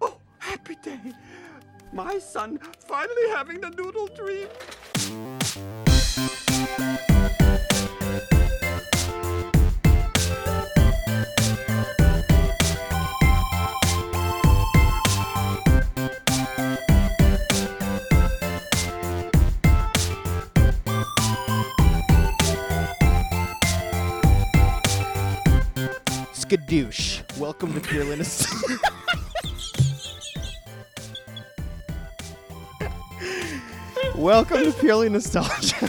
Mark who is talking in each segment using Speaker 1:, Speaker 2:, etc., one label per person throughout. Speaker 1: Oh, happy day. My son finally having the noodle dream.
Speaker 2: Skadoosh. Welcome to Peerless. Welcome to Purely Nostalgia,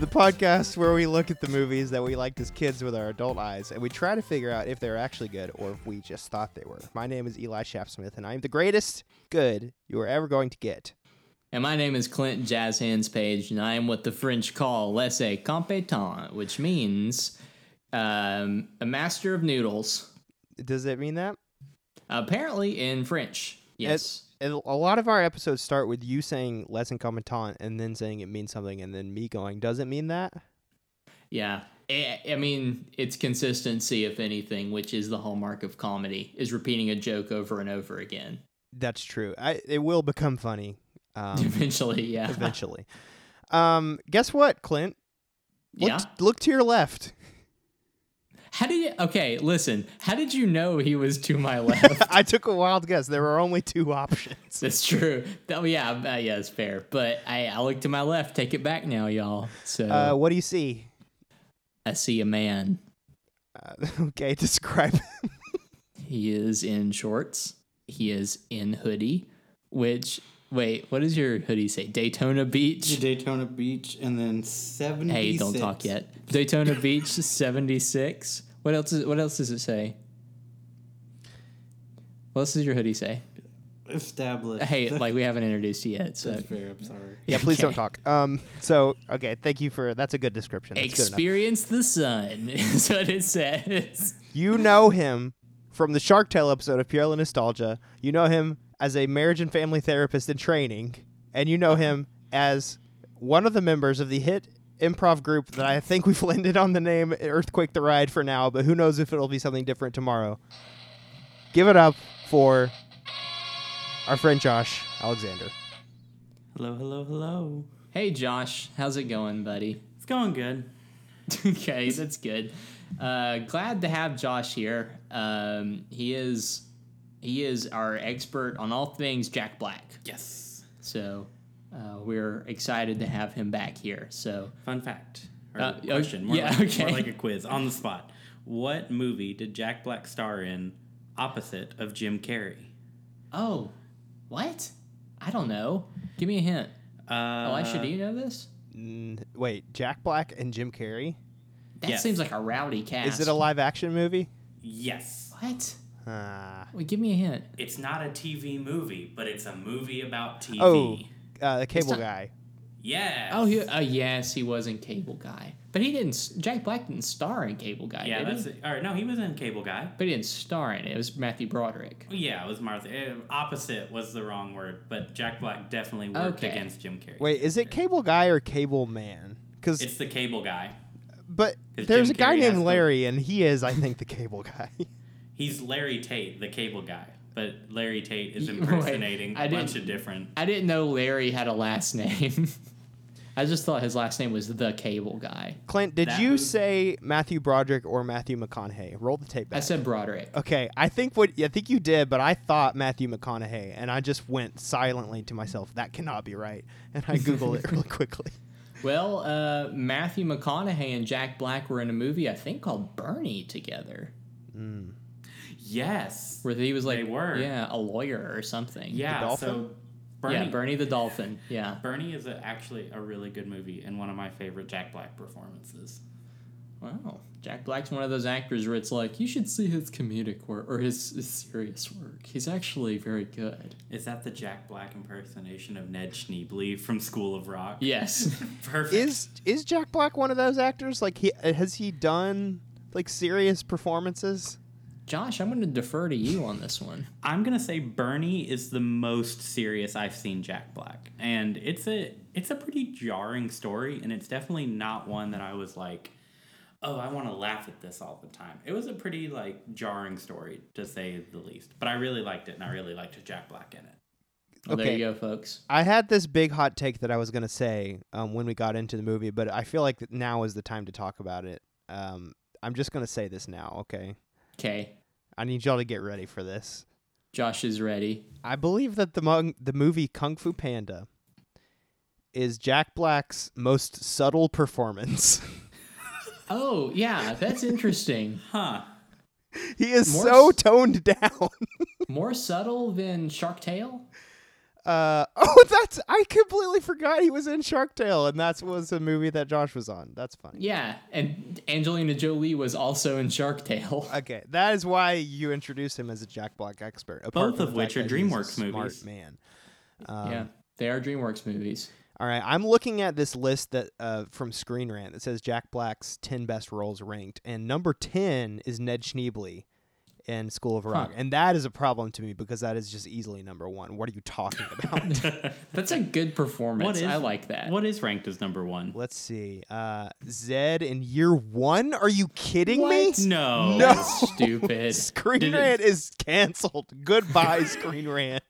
Speaker 2: the podcast where we look at the movies that we liked as kids with our adult eyes and we try to figure out if they're actually good or if we just thought they were. My name is Eli Shapsmith, and I am the greatest good you are ever going to get.
Speaker 3: And my name is Clint Jazz Hands Page, and I am what the French call laissez compétent, which means um, a master of noodles,
Speaker 2: Does it mean that?
Speaker 3: apparently in French. Yes.
Speaker 2: And a lot of our episodes start with you saying lesson commentant and then saying it means something and then me going, does it mean that?
Speaker 3: yeah. I, I mean, it's consistency, if anything, which is the hallmark of comedy, is repeating a joke over and over again.
Speaker 2: That's true. I, it will become funny um,
Speaker 3: Eventually, yeah.
Speaker 2: eventually. Um, guess what, Clint? Look,
Speaker 3: Yeah.
Speaker 2: look to your left.
Speaker 3: How did you, okay, listen, how did you know he was to my left?
Speaker 2: I took a wild guess. There were only two options.
Speaker 3: That's true. Oh, yeah, uh, yeah, it's fair. But I, I look to my left, take it back now, y'all. So
Speaker 2: Uh, what do you see?
Speaker 3: I see a man.
Speaker 2: Uh, okay, describe.
Speaker 3: He is in shorts. He is in hoodie, which wait, what does your hoodie say? Daytona
Speaker 4: to
Speaker 3: Beach.
Speaker 4: Daytona Beach and then 76.
Speaker 3: Hey, don't talk yet. Daytona Beach 76. What else is what else does it say? What else does your hoodie say?
Speaker 4: Established.
Speaker 3: Hey, uh, like we haven't introduced you yet, so
Speaker 4: That's fair. I'm sorry.
Speaker 2: yeah, please don't
Speaker 3: Okay.
Speaker 2: talk. Um, so okay, thank you for that's a good description. That's good enough.
Speaker 3: Experience the sun is what it says.
Speaker 2: You know him from the Shark Tale episode of Pure Nostalgia. You know him as a marriage and family therapist in training, and you know him as one of the members of the hit improv group that I think we've landed on the name Earthquake the Ride for now, but who knows if it'll be something different tomorrow. Give it up for our friend Josh Alexander.
Speaker 4: Hello, hello, hello.
Speaker 3: Hey Josh, how's it going, buddy?
Speaker 4: It's going good.
Speaker 3: okay, that's good. Uh, glad to have Josh here. Um, he is he is our expert on all things Jack Black.
Speaker 4: Yes.
Speaker 3: So uh, we're excited to have him back here. So
Speaker 4: Fun fact. Or
Speaker 3: Uh, oh,
Speaker 4: question. More
Speaker 3: yeah,
Speaker 4: like,
Speaker 3: okay.
Speaker 4: More like a quiz on the spot. What movie did Jack Black star in opposite of Jim Carrey?
Speaker 3: oh, what? I don't know. Give me a hint.
Speaker 4: Uh,
Speaker 3: Oh, I should. Do you know this?
Speaker 2: Mm, Wait, Jack Black and Jim Carrey?
Speaker 3: That
Speaker 4: yes.
Speaker 3: seems like a rowdy cast.
Speaker 2: Is it a live action movie?
Speaker 4: Yes.
Speaker 3: What?
Speaker 2: Ah.
Speaker 3: Wait, give me a hint.
Speaker 4: It's not a TV movie, but it's a movie about TV.
Speaker 2: oh, uh, the cable
Speaker 3: not-
Speaker 2: guy.
Speaker 4: Yeah.
Speaker 3: Oh, he, uh, yes, he was in Cable Guy, but he didn't. s- Jack Black didn't star in Cable Guy.
Speaker 4: Yeah,
Speaker 3: did
Speaker 4: that's
Speaker 3: he?
Speaker 4: it. All right, no, he was in Cable Guy.
Speaker 3: But he didn't star in it. It was Matthew Broderick.
Speaker 4: Yeah, it was Martha. eh, opposite was the wrong word, but Jack Black definitely worked
Speaker 3: Okay.
Speaker 4: against Jim Carrey.
Speaker 2: Wait, is it Cable Guy or Cable Man? Because
Speaker 4: It's the Cable Guy.
Speaker 2: but
Speaker 4: it's
Speaker 2: there's
Speaker 4: Jim
Speaker 2: a guy
Speaker 4: Carrey has
Speaker 2: named
Speaker 4: the-
Speaker 2: Larry, and he is, I think, the Cable Guy.
Speaker 4: He's Larry Tate, the Cable Guy, but Larry Tate is
Speaker 3: Y- wait,
Speaker 4: impersonating
Speaker 3: I
Speaker 4: a bunch
Speaker 3: didn't-
Speaker 4: of different.
Speaker 3: I didn't know Larry had a last name. I just thought his last name was the Cable Guy.
Speaker 2: Clint, did
Speaker 4: That
Speaker 2: you
Speaker 4: movie-
Speaker 2: say Matthew Broderick or Matthew McConaughey? Roll the tape
Speaker 3: I
Speaker 2: back.
Speaker 3: said Broderick.
Speaker 2: okay, I think what I think you did, but I thought Matthew McConaughey, and I just went silently to myself. That cannot be right, and I googled it really quickly.
Speaker 3: Well, uh, Matthew McConaughey and Jack Black were in a movie I think called Bernie together,
Speaker 4: Yes.
Speaker 3: where he was like,
Speaker 4: They were.
Speaker 3: yeah, a lawyer or something.
Speaker 4: Yeah.
Speaker 2: dolphin?
Speaker 4: So Bernie.
Speaker 3: yeah, Bernie the Dolphin. Yeah,
Speaker 4: Bernie is a, actually a really good movie and one of my favorite Jack Black performances.
Speaker 3: wow. Jack Black's one of those actors where it's like you should see his comedic work or his, his serious work. He's actually very good.
Speaker 4: Is that the Jack Black impersonation of Ned Schneebly from School of Rock?
Speaker 3: Yes.
Speaker 4: Perfect.
Speaker 2: is is Jack Black one of those actors? Like he has he done like serious performances?
Speaker 3: Josh, I'm going to defer to you on this one.
Speaker 4: I'm gonna say Bernie is the most serious I've seen Jack Black, and it's a it's a pretty jarring story, and it's definitely not one that I was like, oh, I want to laugh at this all the time. It was a pretty like jarring story to say the least, but I really liked it and I really liked Jack Black in it.
Speaker 3: Well, Oh, There
Speaker 2: Okay.
Speaker 3: you go, folks.
Speaker 2: I had this big hot take that I was gonna say um, when we got into the movie, but I feel like that now is the time to talk about it. Um, I'm just gonna say this now, okay?
Speaker 3: Okay,
Speaker 2: I need y'all to get ready for this.
Speaker 3: Josh is ready.
Speaker 2: I believe that the mon- the movie Kung Fu Panda is Jack Black's most subtle performance.
Speaker 3: Oh yeah, that's interesting.
Speaker 4: Huh.
Speaker 2: he is
Speaker 3: More
Speaker 2: so
Speaker 3: s-
Speaker 2: toned down.
Speaker 3: More subtle than Shark Tale.
Speaker 2: Uh, oh, that's I completely forgot he was in Shark Tale, and that was a movie that Josh was on. That's funny.
Speaker 3: Yeah, and Angelina Jolie was also in Shark Tale.
Speaker 2: Okay, that is why you introduced him as a Jack Black expert. apart
Speaker 4: Both
Speaker 2: from
Speaker 4: of
Speaker 2: the
Speaker 4: which
Speaker 2: fact
Speaker 4: are
Speaker 2: that he's a
Speaker 4: DreamWorks
Speaker 2: smart
Speaker 4: movies.
Speaker 2: Man.
Speaker 3: yeah, they are DreamWorks movies.
Speaker 2: All right, I'm looking at this list that uh, from Screen Rant that says Jack Black's 10 best roles ranked, and number 10 is Ned Schneebly in School of Rock, and that is a problem to me because that is just easily number one. What are you talking about?
Speaker 3: That's a good performance.
Speaker 4: What is
Speaker 3: I like that.
Speaker 4: What is ranked as number one?
Speaker 2: Let's see, uh, Zed in Year One? Are you kidding me?
Speaker 3: What?
Speaker 4: No.
Speaker 2: No.
Speaker 3: Stupid.
Speaker 2: Screen
Speaker 4: Did it-
Speaker 2: Rant is canceled. Goodbye, Screen Rant.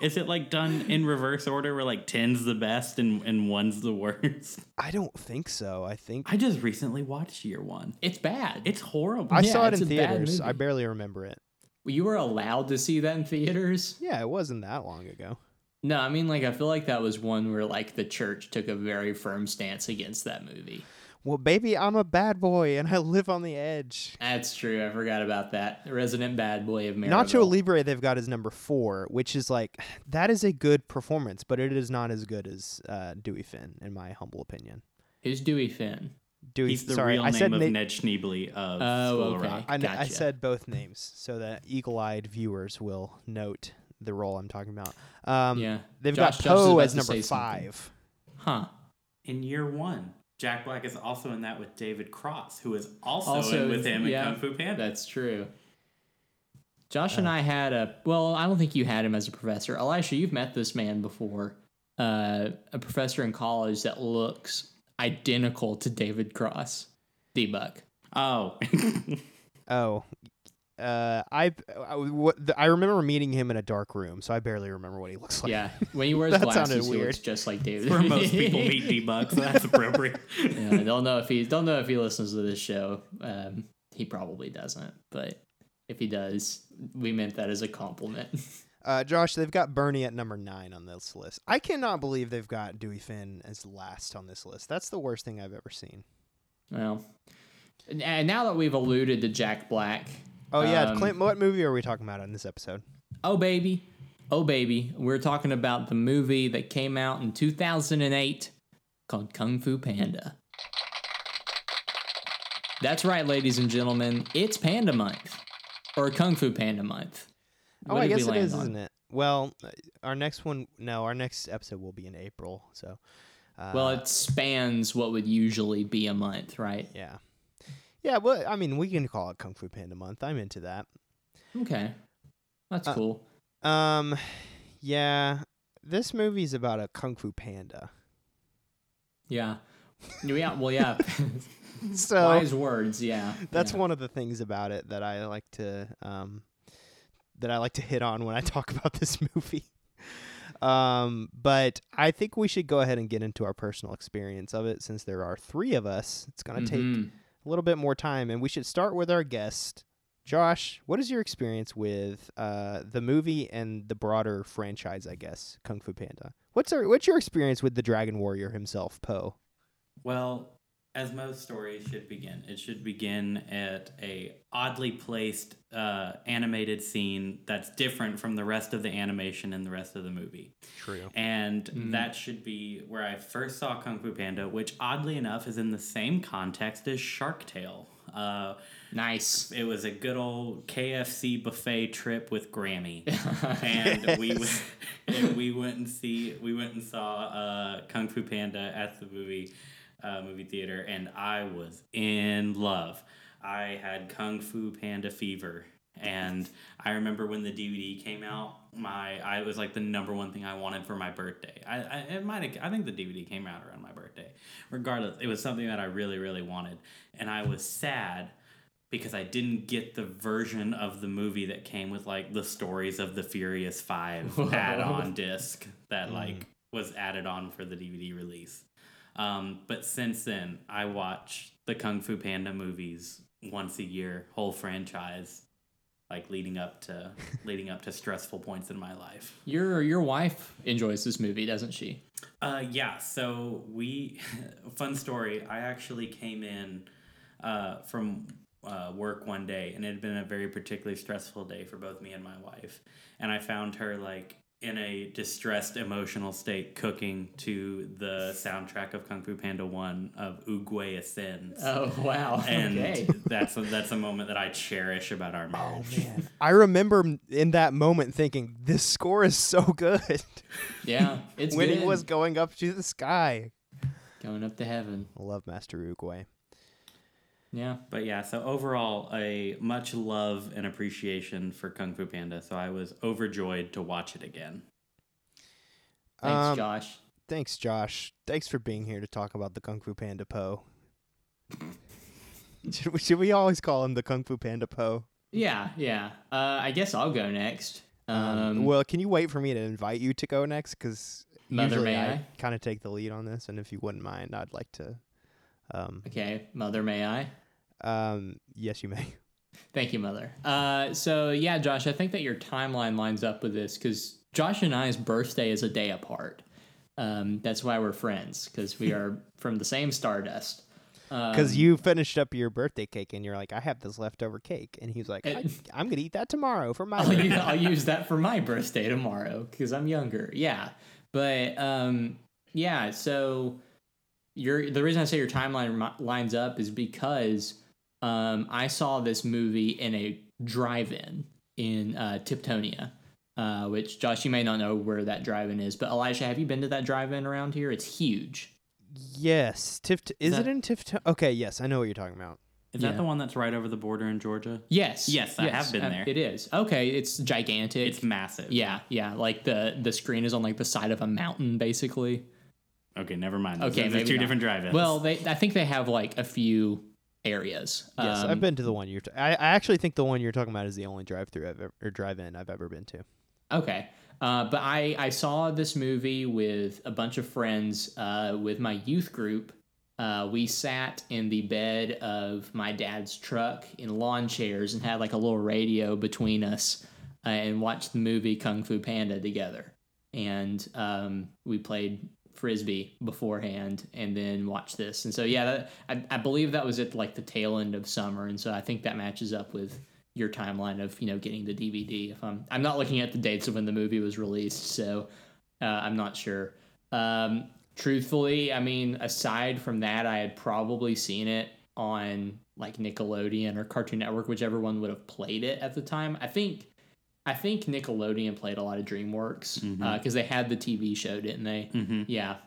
Speaker 4: Is it like done in reverse order where like 10's the best and, and one's the worst?
Speaker 2: I don't think so. I think
Speaker 4: I just recently watched year one.
Speaker 3: It's bad.
Speaker 4: It's horrible.
Speaker 2: I
Speaker 3: Yeah,
Speaker 2: saw it
Speaker 3: it's
Speaker 2: in
Speaker 3: a bad
Speaker 2: theaters. I
Speaker 3: movie.
Speaker 2: barely remember it.
Speaker 3: you were allowed to see that in theaters.
Speaker 2: Yeah, it wasn't that long ago.
Speaker 3: No, I mean like I feel like that was one where like the church took a very firm stance against that movie.
Speaker 2: Well, baby, I'm a bad boy and I live on the edge.
Speaker 3: That's true. I forgot about that. The Resident bad boy of Maryville.
Speaker 2: Nacho Libre they've got is number four, which is like that is a good performance, but it is not as good as uh, Dewey Finn, in my humble opinion.
Speaker 3: Who's Dewey Finn?
Speaker 2: Dewey,
Speaker 4: He's the
Speaker 2: sorry,
Speaker 4: real
Speaker 2: I
Speaker 4: name
Speaker 2: said
Speaker 4: of
Speaker 2: na-
Speaker 4: Ned Schneebly of
Speaker 3: Oh,
Speaker 4: School
Speaker 3: okay.
Speaker 4: of Rock.
Speaker 2: I, kn- I
Speaker 3: Gotcha.
Speaker 2: said both names so that eagle-eyed viewers will note the role I'm talking about. Um,
Speaker 3: Yeah.
Speaker 2: they've
Speaker 3: Josh-
Speaker 2: got
Speaker 3: Josh was
Speaker 2: Poe
Speaker 3: about
Speaker 2: as
Speaker 3: to
Speaker 2: number
Speaker 3: say something.
Speaker 2: five.
Speaker 3: Huh.
Speaker 4: In year one, Jack Black is also in that with David Cross, who is also,
Speaker 3: Also
Speaker 4: in with him
Speaker 3: yeah,
Speaker 4: in Kung Fu Panda.
Speaker 3: That's true. Josh
Speaker 2: Oh.
Speaker 3: and I had a well, I don't think you had him as a professor. Elisha, you've met this man before. Uh, a professor in college that looks identical to David Cross. Debug.
Speaker 4: Oh,
Speaker 2: Oh, uh, I I, what, the, I remember meeting him in a dark room, so I barely remember what he looks like.
Speaker 3: Yeah. When he wears
Speaker 2: That sounded
Speaker 3: glasses, he looks
Speaker 2: weird.
Speaker 3: just like David.
Speaker 4: where most people meet D-Buck, so that's appropriate.
Speaker 3: yeah, I don't know if he don't know if he listens to this show. Um, he probably doesn't, but if he does, we meant that as a compliment.
Speaker 2: Uh, Josh, they've got Bernie at number nine on this list. I cannot believe they've got Dewey Finn as last on this list. That's the worst thing I've ever seen.
Speaker 3: well, and- and now that we've alluded to Jack Black,
Speaker 2: Oh yeah,
Speaker 3: Um,
Speaker 2: Clint. What movie are we talking about in this episode?
Speaker 3: Oh baby, oh baby, we're talking about the movie that came out in 2008 called Kung Fu Panda. That's right, ladies and gentlemen, it's Panda Month or Kung Fu Panda Month.
Speaker 2: Oh,
Speaker 3: What
Speaker 2: I
Speaker 3: did we
Speaker 2: guess it
Speaker 3: land
Speaker 2: is,
Speaker 3: on?
Speaker 2: isn't it? Well, uh, our next one. No, our next episode will be in April. So, uh,
Speaker 3: Well, it spans what would usually be a month, right?
Speaker 2: yeah, yeah. Well, I mean, we can call it Kung Fu Panda Month. I'm into that.
Speaker 3: Okay. That's
Speaker 2: Uh,
Speaker 3: cool.
Speaker 2: Um, yeah, this movie's about a kung fu panda.
Speaker 3: Yeah. Yeah, well, yeah.
Speaker 2: So
Speaker 3: Wise words, yeah.
Speaker 2: that's
Speaker 3: yeah.
Speaker 2: one of the things about it that I like to um that I like to hit on when I talk about this movie. Um, but I think we should go ahead and get into our personal experience of it since there are three of us. It's gonna take
Speaker 3: Mhm.
Speaker 2: a little bit more time, and we should start with our guest. Josh, what is your experience with uh, the movie and the broader franchise? I guess Kung Fu Panda. What's our, what's your experience with the Dragon Warrior himself, Poe?
Speaker 4: Well, as most stories should begin, it should begin at a oddly placed uh, animated scene that's different from the rest of the animation and the rest of the movie.
Speaker 2: True.
Speaker 4: And that should be where I first saw Kung Fu Panda, which oddly enough is in the same context as Shark Tale. Uh,
Speaker 3: Nice.
Speaker 4: it was a good old KFC buffet trip with Grammy, and we went, and we went and see we went and saw uh, Kung Fu Panda at the movie uh, movie theater, and I was in love. I had Kung Fu Panda fever, And I remember when the DVD came out, my I it was like the number one thing I wanted for my birthday. I, I it might have, I think the DVD came out around my birthday. Regardless, it was something that I really really wanted, and I was sad because I didn't get the version of the movie that came with like the stories of the Furious Five
Speaker 3: Whoa.
Speaker 4: add-on disc that like was added on for the DVD release. Um, but since then, I watch the Kung Fu Panda movies once a year, whole franchise, like leading up to leading up to stressful points in my life.
Speaker 3: Your your wife enjoys this movie, doesn't she?
Speaker 4: Uh, yeah. So we, fun story. I actually came in, uh, from uh, work one day, and it had been a very particularly stressful day for both me and my wife. And I found her like in a distressed emotional state, cooking to the soundtrack of Kung Fu Panda One of Uguay Ascends.
Speaker 3: Oh wow.
Speaker 4: and
Speaker 3: okay.
Speaker 4: that's a, that's a moment that I cherish about our marriage.
Speaker 2: I remember m- in that moment thinking, this score is so good.
Speaker 3: Yeah. It's
Speaker 2: when
Speaker 3: good.
Speaker 2: he was going up to the sky.
Speaker 3: going up to heaven.
Speaker 2: I love Master Uguay.
Speaker 3: Yeah.
Speaker 4: But yeah, so overall, a much love and appreciation for Kung Fu Panda. So I was overjoyed to watch it again.
Speaker 3: Thanks,
Speaker 2: Um,
Speaker 3: Josh.
Speaker 2: Thanks, Josh. Thanks for being here to talk about the Kung Fu Panda Po. should, we, should we always call him the Kung Fu Panda Po?
Speaker 3: Yeah, yeah. Uh, I guess I'll go next. Um,
Speaker 2: well, can you wait for me to invite you to go next? Because
Speaker 3: Mother,
Speaker 2: usually
Speaker 3: may
Speaker 2: I,
Speaker 3: I?
Speaker 2: kind of take the lead on this, and if you wouldn't mind, I'd like to. Um,
Speaker 3: okay, mother, may I?
Speaker 2: um, yes, you may.
Speaker 3: Thank you, Mother. Uh, so yeah, Josh, I think that your timeline lines up with this because Josh and I's birthday is a day apart. Um, that's why we're friends because we are from the same stardust.
Speaker 2: Because
Speaker 3: Um,
Speaker 2: you finished up your birthday cake, and you're like, "I have this leftover cake," and he's like, I,
Speaker 3: It- Oh,
Speaker 2: "I'm gonna eat that tomorrow for my."
Speaker 3: I'll,
Speaker 2: birthday."
Speaker 3: use, I'll use that for my birthday tomorrow because I'm younger. Yeah, but um, yeah. So your the reason I say your timeline mi- lines up is because um, I saw this movie in a drive-in in uh, Tiptonia, uh, which Josh, you may not know where that drive-in is, but Elijah, have you been to that drive-in around here? It's huge.
Speaker 2: Yes, Tift. Is
Speaker 3: that-
Speaker 2: it in Tifton? Okay, yes, I know what you're talking about.
Speaker 4: Is
Speaker 3: Yeah.
Speaker 4: that the one that's right over the border in Georgia?
Speaker 3: Yes.
Speaker 4: Yes, I have been
Speaker 3: uh,
Speaker 4: there.
Speaker 3: It is okay. It's gigantic.
Speaker 4: It's massive.
Speaker 3: yeah, yeah. Like the the screen is on like the side of a mountain, basically.
Speaker 4: Okay, never mind.
Speaker 3: Okay,
Speaker 4: there's
Speaker 3: maybe
Speaker 4: two
Speaker 3: not.
Speaker 4: different drive-ins.
Speaker 3: Well, they I think they have like a few areas.
Speaker 2: Yes,
Speaker 3: Um,
Speaker 2: I've been to the one you're. T- I, I actually think the one you're talking about is the only drive-through I've ever, or drive-in I've ever been to.
Speaker 3: Okay. Uh, but I, I saw this movie with a bunch of friends uh, with my youth group. Uh, we sat in the bed of my dad's truck in lawn chairs and had like a little radio between us uh, and watched the movie Kung Fu Panda together. And um, we played frisbee beforehand and then watched this. And so, yeah, that, I, I believe that was at like the tail end of summer. And so I think that matches up with your timeline of you know getting the DVD. If I'm I'm not looking at the dates of when the movie was released, so uh, I'm not sure. Um, truthfully, I mean, aside from that, I had probably seen it on like Nickelodeon or Cartoon Network, whichever one would have played it at the time. I think I think Nickelodeon played a lot of DreamWorks because they had the TV show, didn't they?
Speaker 4: Mhm.
Speaker 3: Yeah.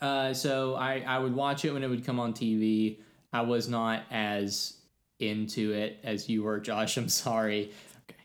Speaker 3: Uh, so I, I would watch it when it would come on TV. I was not as into it as you were, Josh. I'm sorry.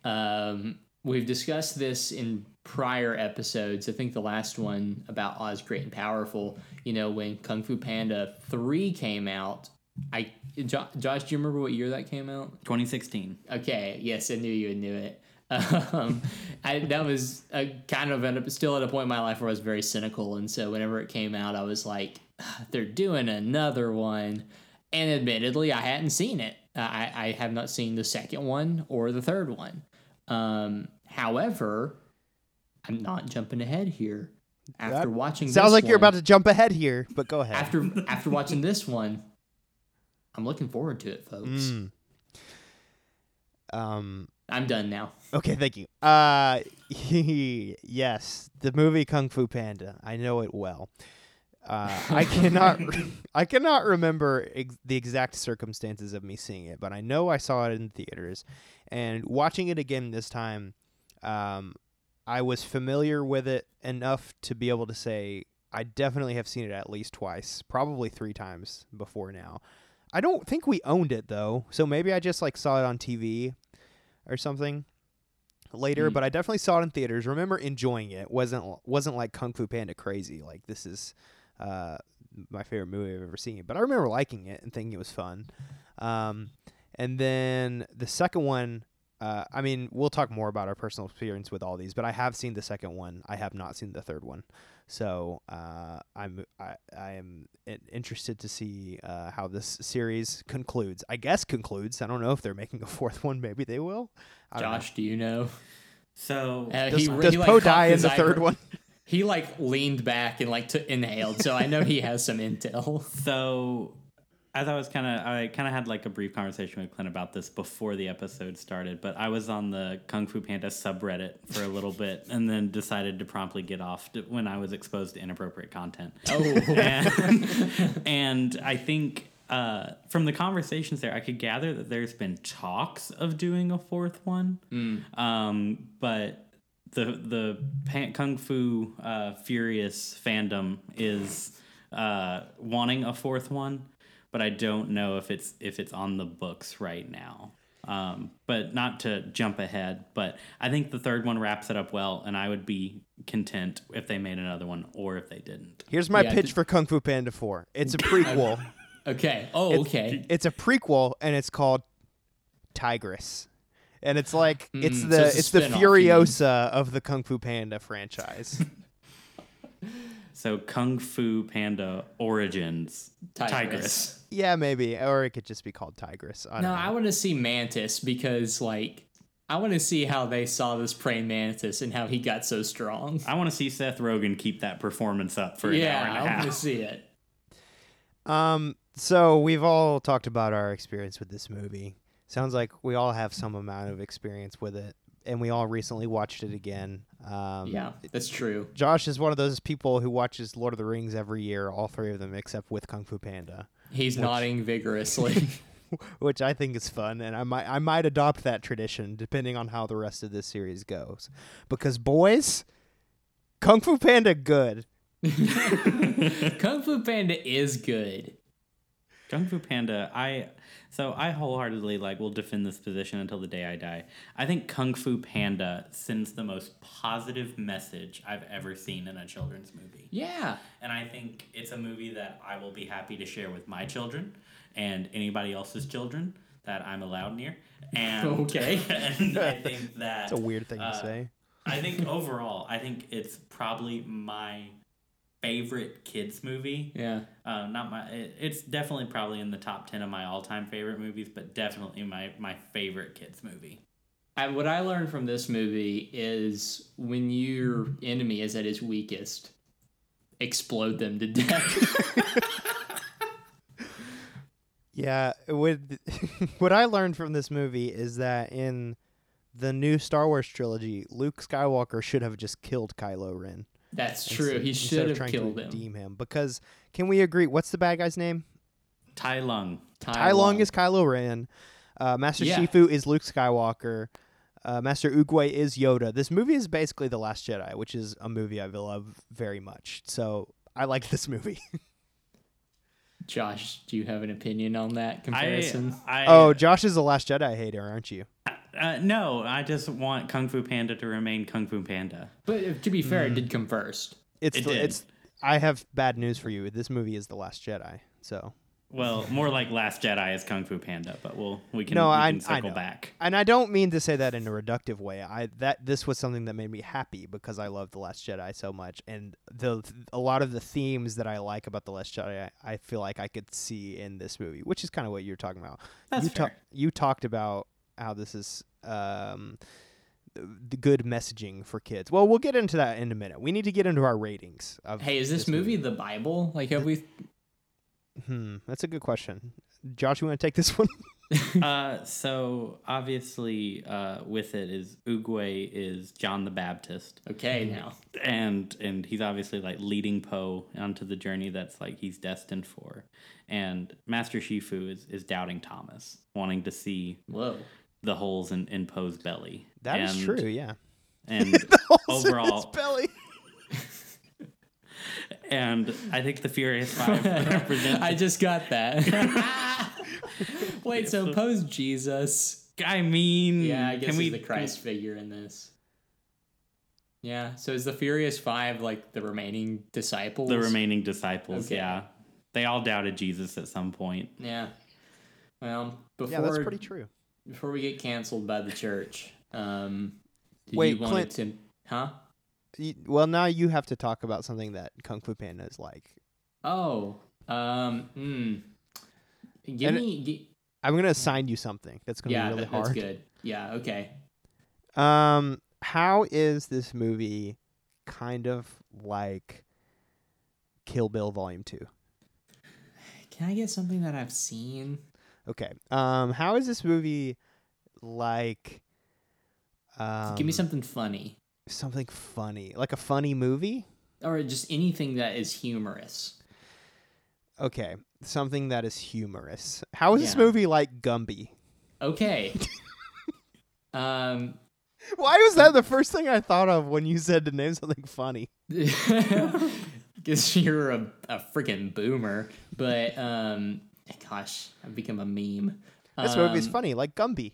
Speaker 3: Um, we've discussed this in prior episodes. I think the last one about Oz Great and Powerful. You know, when Kung Fu Panda three came out, I Jo- Josh, do you remember what year that came out?
Speaker 4: 2016.
Speaker 3: Okay, yes, I knew you knew it. Um, I, that was a kind of an, still at a point in my life where I was very cynical, and so whenever it came out, I was like, "Ah, "They're doing another one," and admittedly, I hadn't seen it. Uh, I, I have not seen the second one or the third one. Um, however, I'm not jumping ahead here. After
Speaker 2: That
Speaker 3: watching,
Speaker 2: Sounds
Speaker 3: this
Speaker 2: like you're
Speaker 3: one-
Speaker 2: about to jump ahead here, but go ahead.
Speaker 3: after after watching this one, I'm looking forward to it, folks.
Speaker 2: Mm. Um.
Speaker 3: I'm done now.
Speaker 2: Okay, thank you. Uh, yes, the movie Kung Fu Panda. I know it well. Uh, I cannot, I cannot remember ex- the exact circumstances of me seeing it, but I know I saw it in theaters, and watching it again this time, um, I was familiar with it enough to be able to say I definitely have seen it at least twice, probably three times before now. I don't think we owned it though, so maybe I just like saw it on TV or something later, but I definitely saw it in theaters. Remember enjoying it. wasn't wasn't like Kung Fu Panda crazy. Like this is uh, my favorite movie I've ever seen, but I remember liking it and thinking it was fun. Um, and then the second one, uh, I mean, we'll talk more about our personal experience with all these, but I have seen the second one. I have not seen the third one, so uh, I'm I, I am in- interested to see uh, how this series concludes. I guess concludes. I don't know if they're making a fourth one. Maybe they will. I don't know.
Speaker 3: Josh, do you know?
Speaker 4: So
Speaker 3: Uh,
Speaker 2: Does,
Speaker 3: re-
Speaker 2: does
Speaker 3: like,
Speaker 2: Poe
Speaker 3: cocked
Speaker 2: die in
Speaker 3: his
Speaker 2: the third
Speaker 3: eyebrow-
Speaker 2: one?
Speaker 3: He like leaned back and like took inhaled, so I know he has some intel.
Speaker 4: so as I was kind of, I kind of had like a brief conversation with Clint about this before the episode started, but I was on the Kung Fu Panda subreddit for a little bit and then decided to promptly get off to, when I was exposed to inappropriate content.
Speaker 3: Oh,
Speaker 4: and, and I think uh, from the conversations there, I could gather that there's been talks of doing a fourth one, um, but the the pan- kung fu uh, furious fandom is uh, wanting a fourth one, but I don't know if it's if it's on the books right now. Um, but not to jump ahead, but I think the third one wraps it up well, and I would be content if they made another one or if they didn't.
Speaker 2: Here's my
Speaker 3: Yeah,
Speaker 2: pitch
Speaker 3: th-
Speaker 2: for Kung Fu Panda 4. It's a prequel.
Speaker 3: okay. Oh, okay.
Speaker 2: it's a prequel and it's called Tigress. And it's like it's
Speaker 3: Mm,
Speaker 2: the
Speaker 3: so
Speaker 2: it's,
Speaker 3: it's a
Speaker 2: the
Speaker 3: spin-off,
Speaker 2: Furiosa of the Kung Fu Panda franchise.
Speaker 4: So Kung Fu Panda Origins Tigress.
Speaker 3: Tigress.
Speaker 2: yeah, maybe. Or it could just be called Tigress. I don't
Speaker 3: No,
Speaker 2: know.
Speaker 3: I want to see Mantis because like I want to see how they saw this praying mantis and how he got so strong.
Speaker 4: I want to see Seth Rogen keep that performance up for an hour
Speaker 3: Yeah,
Speaker 4: and a
Speaker 3: I want to
Speaker 4: half.
Speaker 3: see it.
Speaker 2: Um, so we've all talked about our experience with this movie. Sounds like we all have some amount of experience with it, and we all recently watched it again. Um,
Speaker 3: Yeah, that's true.
Speaker 2: Josh is one of those people who watches Lord of the Rings every year, all three of them except with Kung Fu Panda,
Speaker 3: He's nodding vigorously.
Speaker 2: which I think is fun, and I might I might adopt that tradition depending on how the rest of this series goes, because boys, Kung Fu Panda good.
Speaker 3: Kung Fu Panda is good.
Speaker 4: Kung Fu Panda, I so I wholeheartedly like will defend this position until the day I die. I think Kung Fu Panda sends the most positive message I've ever seen in a children's movie.
Speaker 3: Yeah.
Speaker 4: And I think it's a movie that I will be happy to share with my children and anybody else's children that I'm allowed near. And
Speaker 3: Okay.
Speaker 4: and I think that
Speaker 2: It's a weird thing
Speaker 4: uh,
Speaker 2: to say.
Speaker 4: I think overall, I think it's probably my favorite kids movie.
Speaker 3: Yeah.
Speaker 4: Uh, not my. it- It's definitely probably in the top ten of my all-time favorite movies, but definitely my my favorite kids movie.
Speaker 3: I, what I learned from this movie is when your enemy is at his weakest, explode them to death.
Speaker 2: Yeah, what what I learned from this movie is that in the new Star Wars trilogy, Luke Skywalker should have just killed Kylo Ren.
Speaker 3: That's true.
Speaker 2: instead-
Speaker 3: He
Speaker 2: instead
Speaker 3: should
Speaker 2: of
Speaker 3: have
Speaker 2: trying
Speaker 3: killed
Speaker 2: to
Speaker 3: him.
Speaker 2: redeem him because can we agree? What's the bad guy's name?
Speaker 4: Tai Lung.
Speaker 2: Tai Long is Kylo Ren. Uh, Master
Speaker 3: Yeah.
Speaker 2: Shifu is Luke Skywalker. Uh, Master Oogway is Yoda. This movie is basically The Last Jedi, which is a movie I love very much. So I like this movie.
Speaker 3: Josh, do you have an opinion on that comparison?
Speaker 4: I, I
Speaker 2: oh, Josh is a Last Jedi hater, aren't you?
Speaker 4: uh, no! I just want Kung Fu Panda to remain Kung Fu Panda.
Speaker 3: but if- to be fair, it did come first.
Speaker 2: It's
Speaker 4: It
Speaker 2: the-
Speaker 4: did.
Speaker 2: it's. I have bad news for you. This movie is The Last Jedi. So
Speaker 4: Well, more like Last Jedi is Kung Fu Panda, but we'll we can
Speaker 2: No,
Speaker 4: we
Speaker 2: I-
Speaker 4: can
Speaker 2: I
Speaker 4: circle
Speaker 2: know.
Speaker 4: back.
Speaker 2: and I don't mean to say that in a reductive way. I that this was something that made me happy because I love the Last Jedi so much, and the a lot of the themes that I like about the Last Jedi, I, I feel like I could see in this movie, which is kind of what you're talking about.
Speaker 4: That's
Speaker 2: you, ta-
Speaker 4: fair.
Speaker 2: you talked about how this is um, the good messaging for kids. Well, we'll get into that in a minute. We need to get into our ratings. Of
Speaker 3: Hey, is this, movie the Bible? Like, have we?
Speaker 2: Hmm, that's a good question. Josh, you want to take this one?
Speaker 4: Uh, so obviously, uh, with it is Oogway is John the Baptist.
Speaker 3: Okay, now.
Speaker 4: and and he's obviously like leading Poe onto the journey that's like he's destined for. And Master Shifu is is doubting Thomas, wanting to see
Speaker 3: Whoa.
Speaker 4: the holes in, in Poe's belly.
Speaker 2: That is
Speaker 4: And-
Speaker 2: true. Yeah.
Speaker 4: And
Speaker 2: Also in his
Speaker 4: overall,
Speaker 2: belly.
Speaker 4: and I think the Furious Five represent
Speaker 3: I just got that. Wait, so pose Jesus.
Speaker 4: I mean,
Speaker 3: Yeah, I guess
Speaker 4: Hmm, can
Speaker 3: he's
Speaker 4: we
Speaker 3: the Christ figure in this. Yeah. So is the Furious Five like the remaining disciples?
Speaker 4: the remaining disciples?
Speaker 3: Okay.
Speaker 4: Yeah, they all doubted Jesus at some point.
Speaker 3: Yeah. Well, before
Speaker 2: Yeah, that's pretty true.
Speaker 3: before we get canceled by the church, um, did
Speaker 2: Wait,
Speaker 3: you want
Speaker 2: Clint.
Speaker 3: to, huh?
Speaker 2: Y- Well, now you have to talk about something that Kung Fu Panda is like.
Speaker 3: Oh, um, mm. give
Speaker 2: And it-
Speaker 3: me, gi-
Speaker 2: I'm gonna assign you something that's gonna
Speaker 3: yeah,
Speaker 2: be really
Speaker 3: that-
Speaker 2: hard.
Speaker 3: that's good. Yeah, okay.
Speaker 2: Um, how is this movie kind of like Kill Bill Volume Two?
Speaker 3: Can I get something that I've seen?
Speaker 2: Okay. Um, how is this movie like? Um,
Speaker 3: give me something funny,
Speaker 2: something funny, like a funny movie.
Speaker 3: or just anything that is humorous.
Speaker 2: Okay, something that is humorous. How is this
Speaker 3: Yeah.
Speaker 2: movie like Gumby?
Speaker 3: Okay. um,
Speaker 2: Why was that the first thing I thought of when you said to name something funny?
Speaker 3: because you're a, a freaking boomer. But um, gosh, I've become a meme.
Speaker 2: This
Speaker 3: um,
Speaker 2: movie's funny, like Gumby.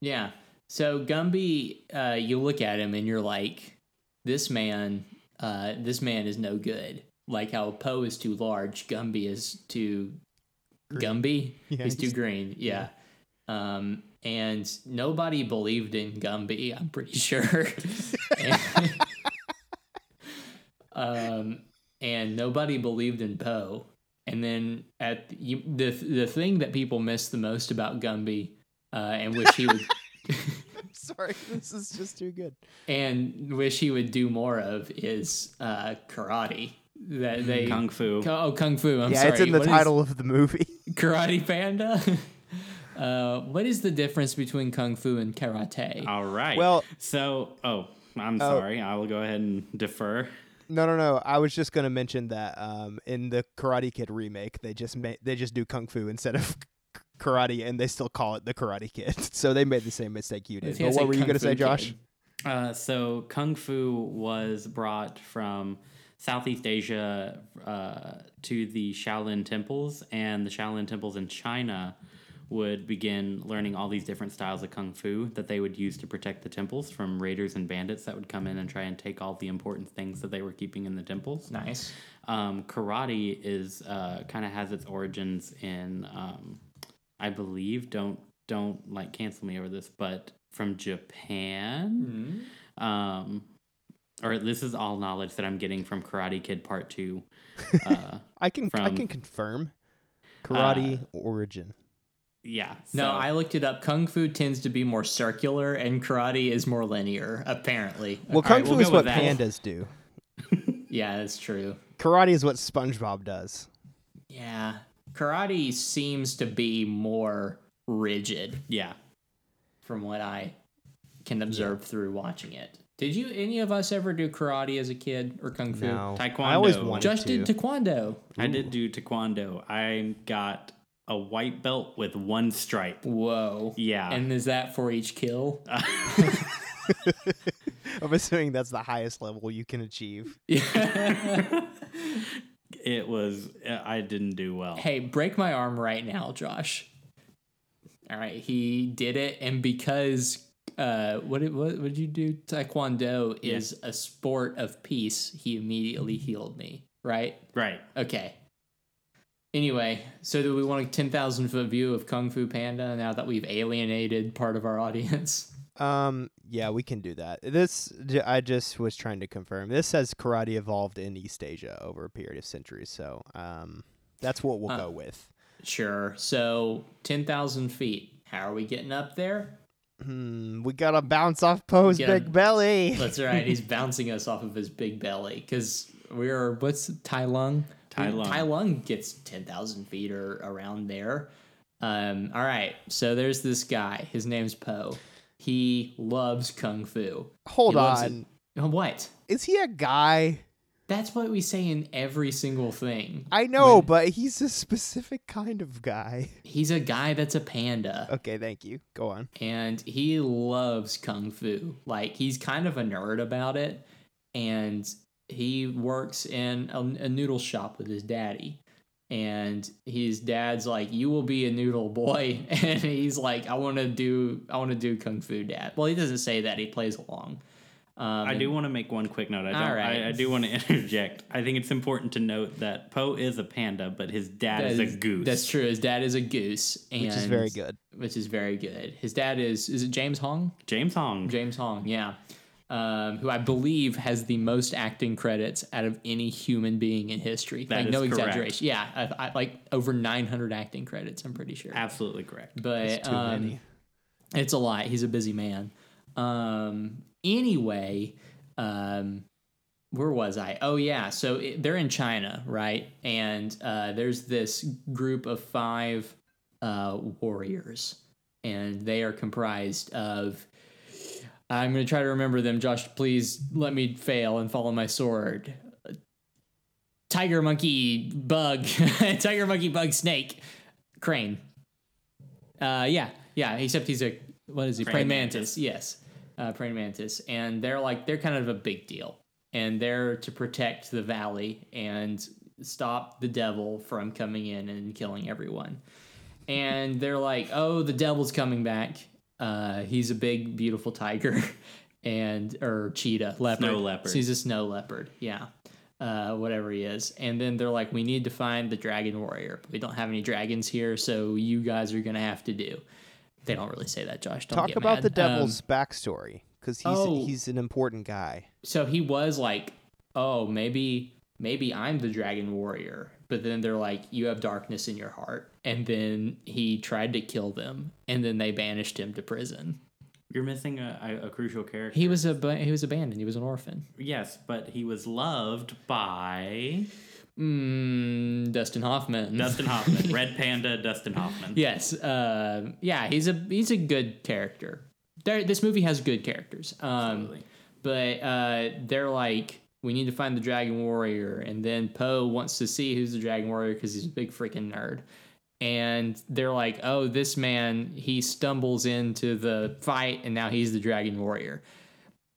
Speaker 3: Yeah. So Gumby, uh, you look at him and you're like, this man, uh, this man is no good. Like how Poe is too large, Gumby is too Gumby.
Speaker 2: Yeah,
Speaker 3: he's too
Speaker 2: he's-
Speaker 3: green. Yeah. Um, and nobody believed in Gumby. I'm pretty sure. And- um, and nobody believed in Poe. And then at the, you, the the thing that people miss the most about Gumby, uh, and wish he would
Speaker 2: Sorry, this is just too good.
Speaker 3: and wish he would do more of is uh, karate. That they
Speaker 4: Kung Fu.
Speaker 3: Ku- oh kung fu. I'm
Speaker 2: Mm-hmm. yeah,
Speaker 3: sorry.
Speaker 2: it's in the
Speaker 3: What is-
Speaker 2: title of the movie.
Speaker 3: Karate Panda. uh, what is the difference between kung fu and karate?
Speaker 2: Oh.
Speaker 4: all right.
Speaker 2: Well-
Speaker 4: so oh, I'm sorry. I will go ahead and defer.
Speaker 2: No, no, no. I was just gonna mention that um, in the Karate Kid remake, they just ma- they just do kung fu instead of k- karate, and they still call it the Karate Kid. So they made the same mistake you
Speaker 3: I
Speaker 2: did.
Speaker 3: was
Speaker 2: But what
Speaker 3: say
Speaker 2: were you
Speaker 3: Kung
Speaker 2: gonna
Speaker 3: Fu
Speaker 2: say,
Speaker 3: Kid.
Speaker 2: Josh?
Speaker 4: Uh, so kung fu was brought from Southeast Asia uh, to the Shaolin temples, and the Shaolin temples in China would begin learning all these different styles of kung fu that they would use to protect the temples from raiders and bandits that would come in and try and take all the important things that they were keeping in the temples
Speaker 3: Nice.
Speaker 4: um, karate is uh, kind of has its origins in um, I believe don't don't like cancel me over this, but from Japan.
Speaker 3: Mm-hmm.
Speaker 4: Um, or this is all knowledge that I'm getting from Karate Kid Part Two. Uh,
Speaker 2: I can I
Speaker 4: From-
Speaker 2: can confirm
Speaker 3: Uh,
Speaker 2: karate origin.
Speaker 4: yeah.
Speaker 3: No,
Speaker 4: so-
Speaker 3: I looked it up. Kung fu tends to be more circular, and karate is more linear. Apparently.
Speaker 2: Well, kung
Speaker 4: right,
Speaker 2: fu
Speaker 4: we'll
Speaker 2: is
Speaker 4: go
Speaker 2: what
Speaker 4: with that.
Speaker 2: pandas do.
Speaker 3: yeah, that's true.
Speaker 2: Karate is what SpongeBob does.
Speaker 3: Yeah, karate seems to be more rigid
Speaker 4: yeah.
Speaker 3: from what I can observe through watching it. Did you any of us ever do karate as a kid or kung fu?
Speaker 2: No,
Speaker 4: Taekwondo.
Speaker 2: I always wanted
Speaker 3: Josh
Speaker 2: to.
Speaker 3: did taekwondo.
Speaker 4: I did do taekwondo. I got a white belt with one stripe.
Speaker 3: Whoa.
Speaker 4: Yeah.
Speaker 3: And is that for each kill? Uh,
Speaker 2: I'm assuming that's the highest level you can achieve.
Speaker 4: It was uh, I didn't do well.
Speaker 3: hey, break my arm right now, Josh. All right, he did it, and because uh, what did what would you do? Taekwondo is a sport of peace. He immediately healed me. Right?
Speaker 4: Right.
Speaker 3: Okay. Anyway, so do we want a ten thousand foot view of Kung Fu Panda now that we've alienated part of our audience?
Speaker 2: Um, yeah, we can do that. This j- I just was trying to confirm. This says karate evolved in East Asia over a period of centuries, so um, that's what we'll go with.
Speaker 3: Sure. So ten thousand feet. How are we getting up there?
Speaker 2: Hmm, we gotta bounce off Poe's
Speaker 3: Yeah.
Speaker 2: big belly.
Speaker 3: That's right. He's bouncing us off of his big belly because we're what's Tai Lung.
Speaker 4: Tai Lung.
Speaker 3: Tai Lung gets ten thousand feet or around there. Um, all right. So there's this guy. His name's Poe. He loves kung fu.
Speaker 2: Hold
Speaker 3: He loves it.
Speaker 2: on,
Speaker 3: Oh, What?
Speaker 2: is he a guy?
Speaker 3: That's what we say in every single thing.
Speaker 2: I know, but he's a specific kind of guy.
Speaker 3: He's a guy that's a panda.
Speaker 2: Okay, thank you. Go on.
Speaker 3: and he loves kung fu. Like he's kind of a nerd about it, and he works in a, a noodle shop with his daddy. and his dad's like, "You will be a noodle boy," and he's like, "I want to do, I want to do kung fu, dad." Well, he doesn't say that; he plays along. Um,
Speaker 4: I do want to make one quick note. I, don't,
Speaker 3: All right.
Speaker 4: I, I do want to interject. I think it's important to note that Poe is a panda, but his dad
Speaker 3: that
Speaker 4: is a goose.
Speaker 3: That's true. His dad is a goose, and
Speaker 2: which is very good.
Speaker 3: Which is very good. His dad is is it James Hong?
Speaker 4: James Hong.
Speaker 3: James Hong, yeah. Um, who I believe has the most acting credits out of any human being in history.
Speaker 4: That
Speaker 3: like
Speaker 4: is
Speaker 3: no
Speaker 4: correct.
Speaker 3: exaggeration. Yeah, I, I, like over 900 acting credits. I'm pretty sure.
Speaker 4: Absolutely correct.
Speaker 3: But
Speaker 2: It's too
Speaker 3: um,
Speaker 2: many.
Speaker 3: it's a lot. He's a busy man. Um, anyway, um, where was I? Oh yeah, so it, they're in China, right? And uh, there's this group of five uh, warriors, and they are comprised of. I'm gonna try to remember them. Josh, please let me fail and follow my sword. Tiger, monkey, bug, tiger, monkey, bug, snake, crane. Uh, yeah, yeah. Except he's a what is he? Praying,
Speaker 4: Praying
Speaker 3: mantis.
Speaker 4: mantis.
Speaker 3: Yes, uh, praying mantis, and they're like they're kind of a big deal, and they're to protect the valley and stop the devil from coming in and killing everyone. And they're like, oh, the devil's coming back. Uh, he's a big, beautiful tiger, and or cheetah, leopard.
Speaker 4: Snow leopard.
Speaker 3: So he's a snow leopard. Yeah. Uh, whatever he is. And then they're like, we need to find the dragon warrior. We don't have any dragons here, so you guys are going to have to do. They don't really say that, Josh. Don't
Speaker 2: Talk
Speaker 3: get
Speaker 2: about
Speaker 3: mad.
Speaker 2: the
Speaker 3: Um,
Speaker 2: devil's backstory because he's
Speaker 3: oh.
Speaker 2: he's an important guy.
Speaker 3: so he was like, oh, maybe maybe I'm the dragon warrior. But then they're like, you have darkness in your heart. And then he tried to kill them, and then they banished him to prison.
Speaker 4: You're missing a, a, a crucial character.
Speaker 3: He was a he was abandoned. He was an orphan.
Speaker 4: yes, but he was loved by
Speaker 3: Mm, Dustin Hoffman.
Speaker 4: Dustin Hoffman. Red Panda, Dustin Hoffman.
Speaker 3: Yes. Uh, yeah, he's a he's a good character. There, this movie has good characters. Um,
Speaker 4: Absolutely.
Speaker 3: but uh, they're like, we need to find the Dragon Warrior, and then Poe wants to see who's the Dragon Warrior because he's a big freaking nerd. And they're like, oh, this man, he stumbles into the fight, and now he's the Dragon Warrior.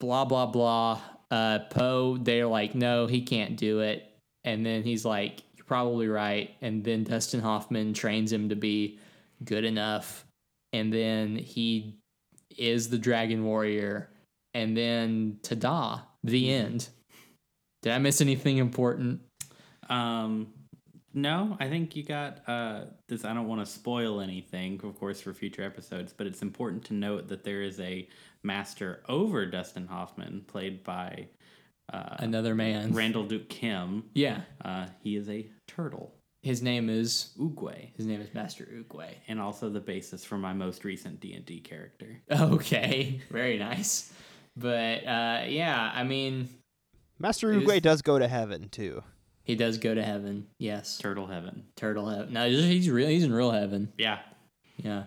Speaker 3: Blah blah blah. Uh, Poe, they're like, no, he can't do it. And then he's like, you're probably right. And then Dustin Hoffman trains him to be good enough. And then he is the Dragon Warrior. And then ta-da, the end. Did I miss anything important?
Speaker 4: Um, no, I think you got uh, this. I don't want to spoil anything, of course, for future episodes, but it's important to note that there is a master over Dustin Hoffman, played by
Speaker 3: Another man.
Speaker 4: Randall Duke Kim.
Speaker 3: yeah.
Speaker 4: Uh, he is a turtle,
Speaker 3: His name is
Speaker 4: Oogway,
Speaker 3: his name is Master Oogway.
Speaker 4: and also the basis for my most recent D and D character.
Speaker 3: Okay. Very nice. But uh, yeah, I mean,
Speaker 2: Master
Speaker 3: Is-
Speaker 2: Uguay does go to heaven too.
Speaker 3: he does go to heaven. Yes.
Speaker 4: Turtle Heaven.
Speaker 3: Turtle heaven. No, he's real he's in real heaven.
Speaker 4: Yeah,
Speaker 3: Yeah.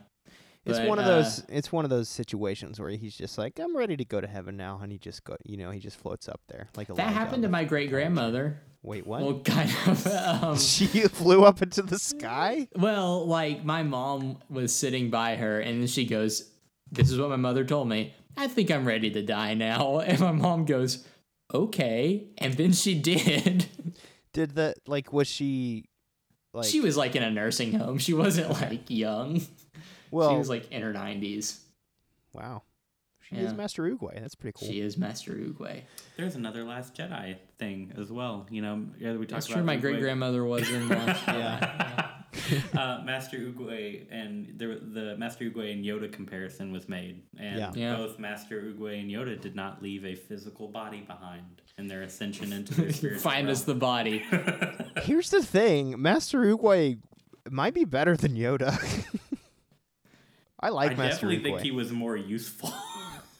Speaker 2: It's
Speaker 3: But,
Speaker 2: one of
Speaker 3: uh,
Speaker 2: those. It's one of those situations where he's just like, "I'm ready to go to heaven now," and he just go. You know, he just floats up there like a.
Speaker 3: That happened to my great grandmother.
Speaker 2: Wait, what?
Speaker 3: Well, kind of. Um,
Speaker 2: she flew up into the sky.
Speaker 3: well, like my mom was sitting by her, and she goes, "This is what my mother told me. I think I'm ready to die now." And my mom goes, "Okay," and then she did.
Speaker 2: Did the like? Was she? Like,
Speaker 3: she was like in a nursing home. She wasn't like young.
Speaker 2: well,
Speaker 3: she was like in her nineties.
Speaker 2: wow. She
Speaker 3: Yeah.
Speaker 2: is Master Uguay. That's pretty cool.
Speaker 3: She is Master Uguay.
Speaker 4: there's another Last Jedi thing as well. You know, yeah, we talked
Speaker 3: That's
Speaker 4: about.
Speaker 3: true. My
Speaker 4: Oogway.
Speaker 3: great grandmother was in. One. yeah.
Speaker 4: uh, Master Uguay and the, the Master Uguay and Yoda comparison was made, and
Speaker 2: Yeah.
Speaker 3: Yeah.
Speaker 4: both Master Uguay and Yoda did not leave a physical body behind in their ascension into their spiritual
Speaker 3: Find us the body.
Speaker 2: Here's the thing: Master Uguay might be better than Yoda. I like
Speaker 4: realm. I
Speaker 2: Master
Speaker 4: definitely think
Speaker 2: Uguay.
Speaker 4: he was more useful.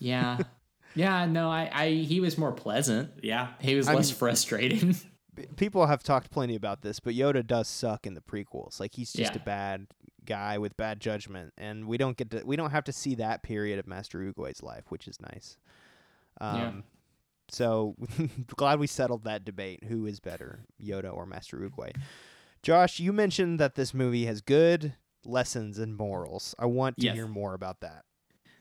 Speaker 3: Yeah. Yeah. No, I, I. He was more pleasant.
Speaker 4: yeah,
Speaker 3: He was
Speaker 2: I'm-
Speaker 3: less frustrating.
Speaker 2: People have talked plenty about this, but Yoda does suck in the prequels. Like he's just
Speaker 3: Yeah.
Speaker 2: a bad guy with bad judgment, and we don't get to we don't have to see that period of Master Uguay's life, which is nice. Um,
Speaker 3: Yeah.
Speaker 2: So glad we settled that debate: who is better, Yoda or Master Uguay? Josh, you mentioned that this movie has good lessons and morals. I want to
Speaker 4: Yes.
Speaker 2: hear more about that.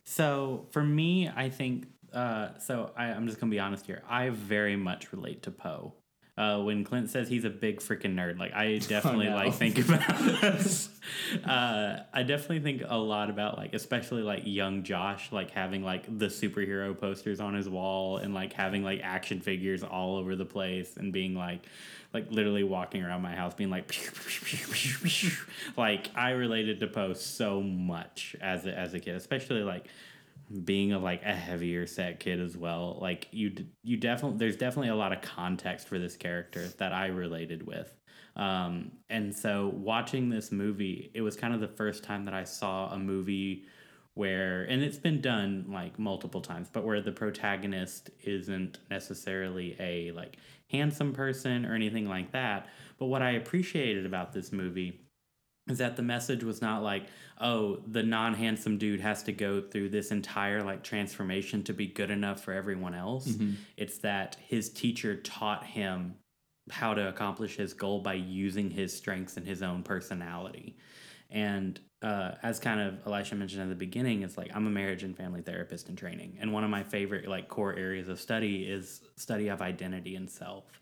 Speaker 4: So for me, I think uh, so. I, I'm just gonna be honest here. I very much relate to Poe. uh, when Clint says he's a big freaking nerd. Like I definitely
Speaker 3: no.
Speaker 4: like think about. uh, I definitely think a lot about like especially like young Josh like having like the superhero posters on his wall and like having like action figures all over the place and being like like literally walking around my house being like "Pew, pew, pew, pew, pew." like I related to Post so much as a, as a kid, especially like being a like a heavier set kid as well like you d- you definitely there's definitely a lot of context for this character that i related with um and so watching this movie it was kind of the first time that i saw a movie where and it's been done like multiple times but where the protagonist isn't necessarily a like handsome person or anything like that but what i appreciated about this movie is that the message was not like, oh, the non handsome dude has to go through this entire like transformation to be good enough for everyone else. It's that his teacher taught him how to accomplish his goal by using his strengths and his own personality. And uh, as kind of Elisha mentioned at the beginning, it's like I'm a marriage and family therapist in training. And one of my favorite like core areas of study is study of identity and self.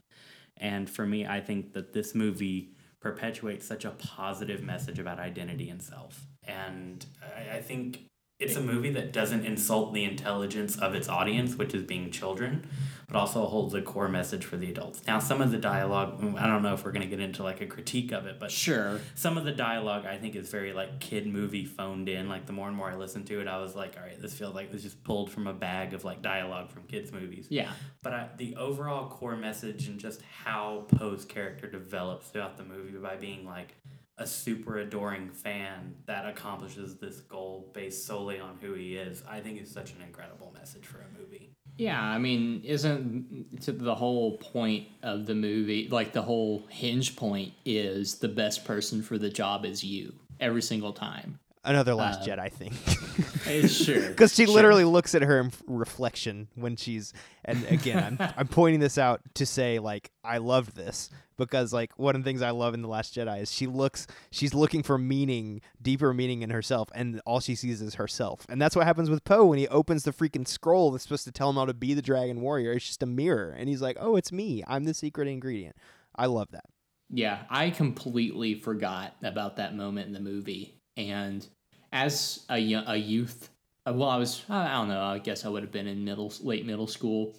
Speaker 4: And for me, I think that this movie perpetuates such a positive message about identity and self. And I, I think it's a movie that doesn't insult the intelligence of its audience, which is being children, but also holds a core message for the adults. Now, some of the dialogue, I don't know if we're going to get into like a critique of it, but
Speaker 3: Sure.
Speaker 4: some of the dialogue I think is very like kid movie phoned in. Like the more and more I listened to it, I was like, all right, this feels like this is pulled from a bag of like dialogue from kids movies.
Speaker 3: Yeah.
Speaker 4: But I, the overall core message and just how Poe's character develops throughout the movie by being like a super adoring fan that accomplishes this goal based solely on who he is, I think is such an incredible message for a movie.
Speaker 3: Yeah, I mean, isn't to the whole point of the movie, like the whole hinge point is the best person for the job is you every single time.
Speaker 2: Another Last
Speaker 3: Uh,
Speaker 2: Jedi thing.
Speaker 3: sure.
Speaker 2: Because she literally looks at her in f- reflection when she's, and again, I'm, I'm pointing this out to say like I loved this because like one of the things I love in the Last Jedi is she looks, she's looking for meaning, deeper meaning in herself, and all she sees is herself, and that's what happens with Poe when he opens the freaking scroll that's supposed to tell him how to be the dragon warrior. It's just a mirror, and he's like, oh, it's me. I'm the secret ingredient. I love that.
Speaker 3: Yeah, I completely forgot about that moment in the movie. And as a, yo- a youth, uh, well, I was, I don't know, I guess I would have been in middle, late middle school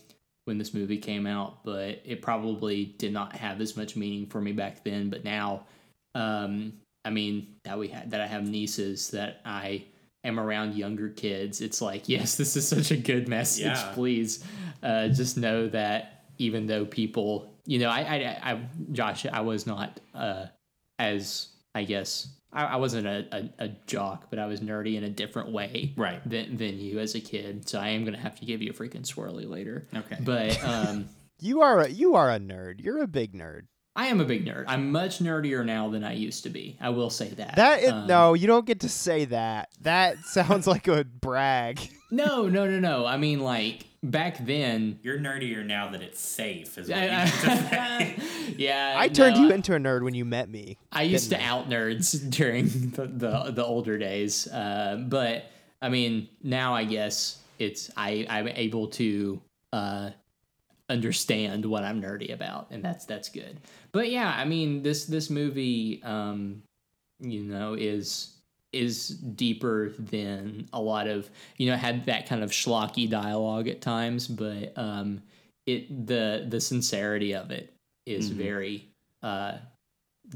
Speaker 3: when this movie came out, but it probably did not have as much meaning for me back then. But now, um, I mean, that we had, that I have nieces, that I am around younger kids, it's like, yes, this is such a good message,
Speaker 4: Yeah.
Speaker 3: please uh, just know that even though people, you know, I, I, I Josh, I was not uh, as I guess I, I wasn't a, a, a jock, but I was nerdy in a different way,
Speaker 4: Right.
Speaker 3: Than than you as a kid. So I am gonna have to give you a freaking swirly later.
Speaker 4: Okay.
Speaker 3: But um,
Speaker 2: You are a, you are a nerd. You're a big nerd.
Speaker 3: I am a big nerd. I'm much nerdier now than I used to be. I will say that.
Speaker 2: That is,
Speaker 3: Um,
Speaker 2: no, you don't get to say that. That sounds like a brag.
Speaker 3: no, no, no, no. I mean, like back then.
Speaker 4: You're nerdier now that it's safe, is what
Speaker 3: I-
Speaker 4: you meant to say.
Speaker 3: I- yeah,
Speaker 2: I turned
Speaker 3: no,
Speaker 2: you into a nerd when you met me.
Speaker 3: I used to out nerds during the, the, the older days, uh, but I mean now I guess it's I I'm able to uh, understand what I'm nerdy about, and that's that's good. But yeah, I mean this this movie, um, you know, is is deeper than a lot of you know had that kind of schlocky dialogue at times, but um, it the the sincerity of it is very. Uh,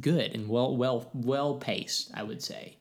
Speaker 3: good and well well well paced i would say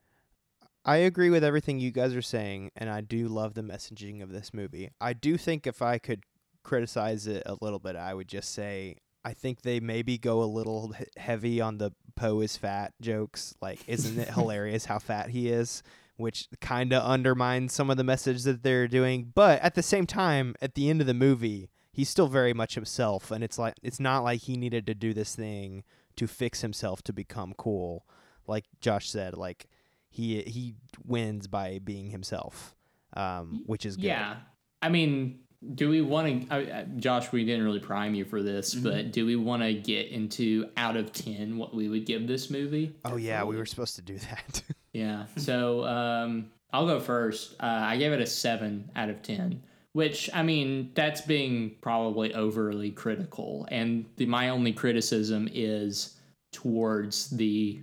Speaker 2: I agree with everything you guys are saying, and I do love the messaging of this movie. I do think if I could criticize it a little bit, I would just say I think they maybe go a little he- heavy on the Poe is fat jokes. Like, isn't it hilarious how fat he is? Which kind of undermines some of the message that they're doing. But at the same time, at the end of the movie, he's still very much himself, and it's like it's not like he needed to do this thing to fix himself to become cool. Like Josh said, like he he wins by being himself, um, which is good.
Speaker 3: yeah i mean do we want to josh we didn't really prime you for this but do we want to get into out of 10 what we would give this movie
Speaker 2: Oh yeah, we were supposed to do that.
Speaker 3: yeah so um i'll go first uh, i gave it a 7 out of 10 Which I mean, that's being probably overly critical. And the, my only criticism is towards the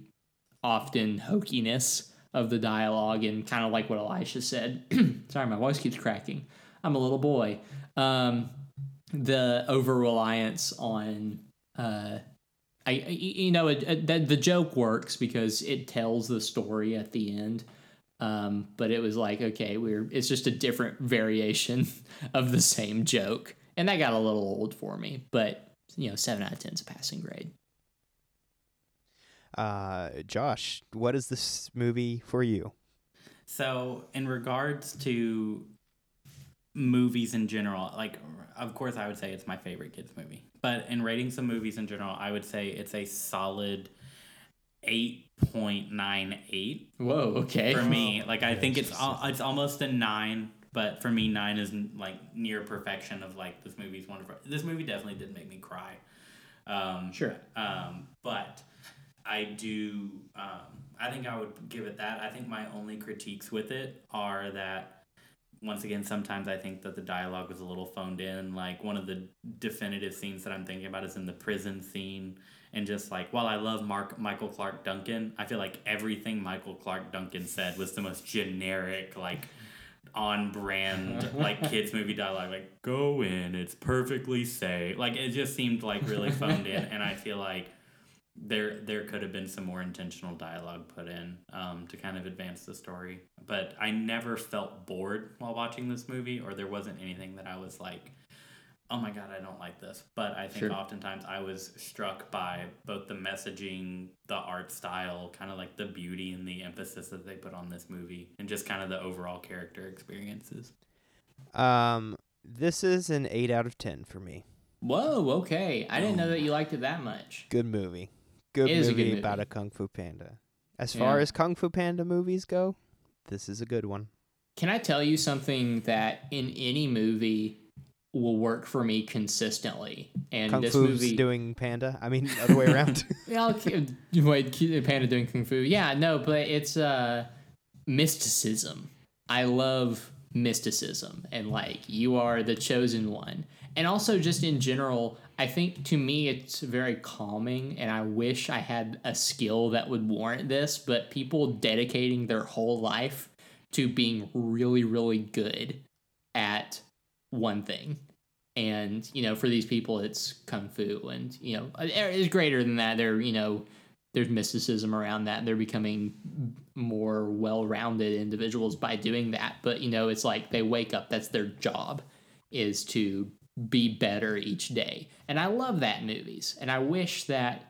Speaker 3: often hokiness of the dialogue and kind of like what Elisha said. Sorry, my voice keeps cracking. I'm a little boy. Um, the over reliance on, uh, I, I- you know, it, it, the, the joke works because it tells the story at the end. Um, but it was like, okay, we're it's just a different variation of the same joke, and that got a little old for me. But you know, seven out of ten's a passing grade.
Speaker 2: Uh, Josh, what is this movie for you?
Speaker 4: So, in regards to movies in general, like, of course, I would say it's my favorite kids' movie. But in rating some movies in general, I would say it's a solid 8.98
Speaker 3: Whoa, okay.
Speaker 4: for me. Like, I think Oh. it's al- it's almost a 9, but for me, 9 is like near perfection of like this movie's wonderful. This movie definitely did make me cry. Um,
Speaker 3: Sure.
Speaker 4: um, but I do. Um, I think I would give it that. I think my only critiques with it are that once again, sometimes I think that the dialogue was a little phoned in. Like one of the definitive scenes that I'm thinking about is in the prison scene, and just like while I love Mark Michael Clark Duncan, I feel like everything Michael Clark Duncan said was the most generic like. On brand, like kids movie dialogue, like go in, it's perfectly safe. Like it just seemed like really phoned in, and I feel like there there could have been some more intentional dialogue put in um, to kind of advance the story. But I never felt bored while watching this movie, or there wasn't anything that I was like, "Oh my god, I don't like this." But I think
Speaker 3: Sure.
Speaker 4: oftentimes I was struck by both the messaging, the art style, kind of like the beauty and the emphasis that they put on this movie, and just kind of the overall character experiences.
Speaker 2: Um, this is an eight out of ten for me.
Speaker 3: Whoa, okay. I didn't
Speaker 2: Oh,
Speaker 3: know that you liked it that much.
Speaker 2: Good movie. Good
Speaker 3: It is
Speaker 2: movie,
Speaker 3: a good movie.
Speaker 2: about a kung fu panda. As
Speaker 3: Yeah.
Speaker 2: far as kung fu panda movies go, this is a good one.
Speaker 3: Can I tell you something that in any movie will work for me consistently? And
Speaker 2: Kung
Speaker 3: this
Speaker 2: fu's
Speaker 3: movie,
Speaker 2: doing panda. I mean, other way around.
Speaker 3: Yeah, I'll keep- wait, keep- Panda doing kung fu. Yeah, no, but it's uh, mysticism. I love mysticism and like you are the chosen one. And also just in general, I think to me it's very calming and I wish I had a skill that would warrant this, but people dedicating their whole life to being really really good at one thing and you know for these people it's kung fu and you know it's greater than that they're you know there's mysticism around that they're becoming more well-rounded individuals by doing that but you know it's like they wake up that's their job is to be better each day and i love that in movies and i wish that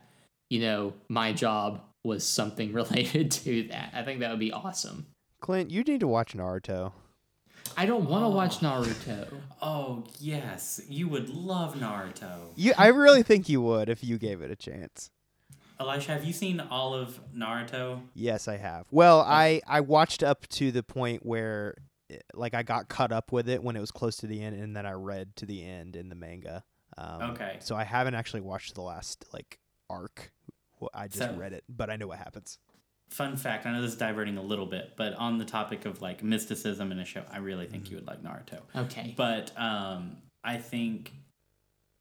Speaker 3: you know my job was something related to that i think that would be awesome
Speaker 2: Clint, you need to watch Naruto.
Speaker 3: i don't want to watch naruto
Speaker 4: Oh yes, you would love Naruto.
Speaker 2: You, I really think you would if you gave it a chance.
Speaker 4: Elisha, have you seen all of Naruto?
Speaker 2: Yes, I have. Well, I I watched up to the point where eh, like I got caught up with it when it was close to the end and then I read to the end in the manga. Um,
Speaker 4: Okay.
Speaker 2: So I haven't actually watched the last like arc. Well, I just
Speaker 4: So-
Speaker 2: read it, but I know what happens.
Speaker 4: Fun fact, I know this is diverting a little bit, but on the topic of like mysticism in a show, I really think you would like Naruto.
Speaker 3: okay
Speaker 4: But um, I think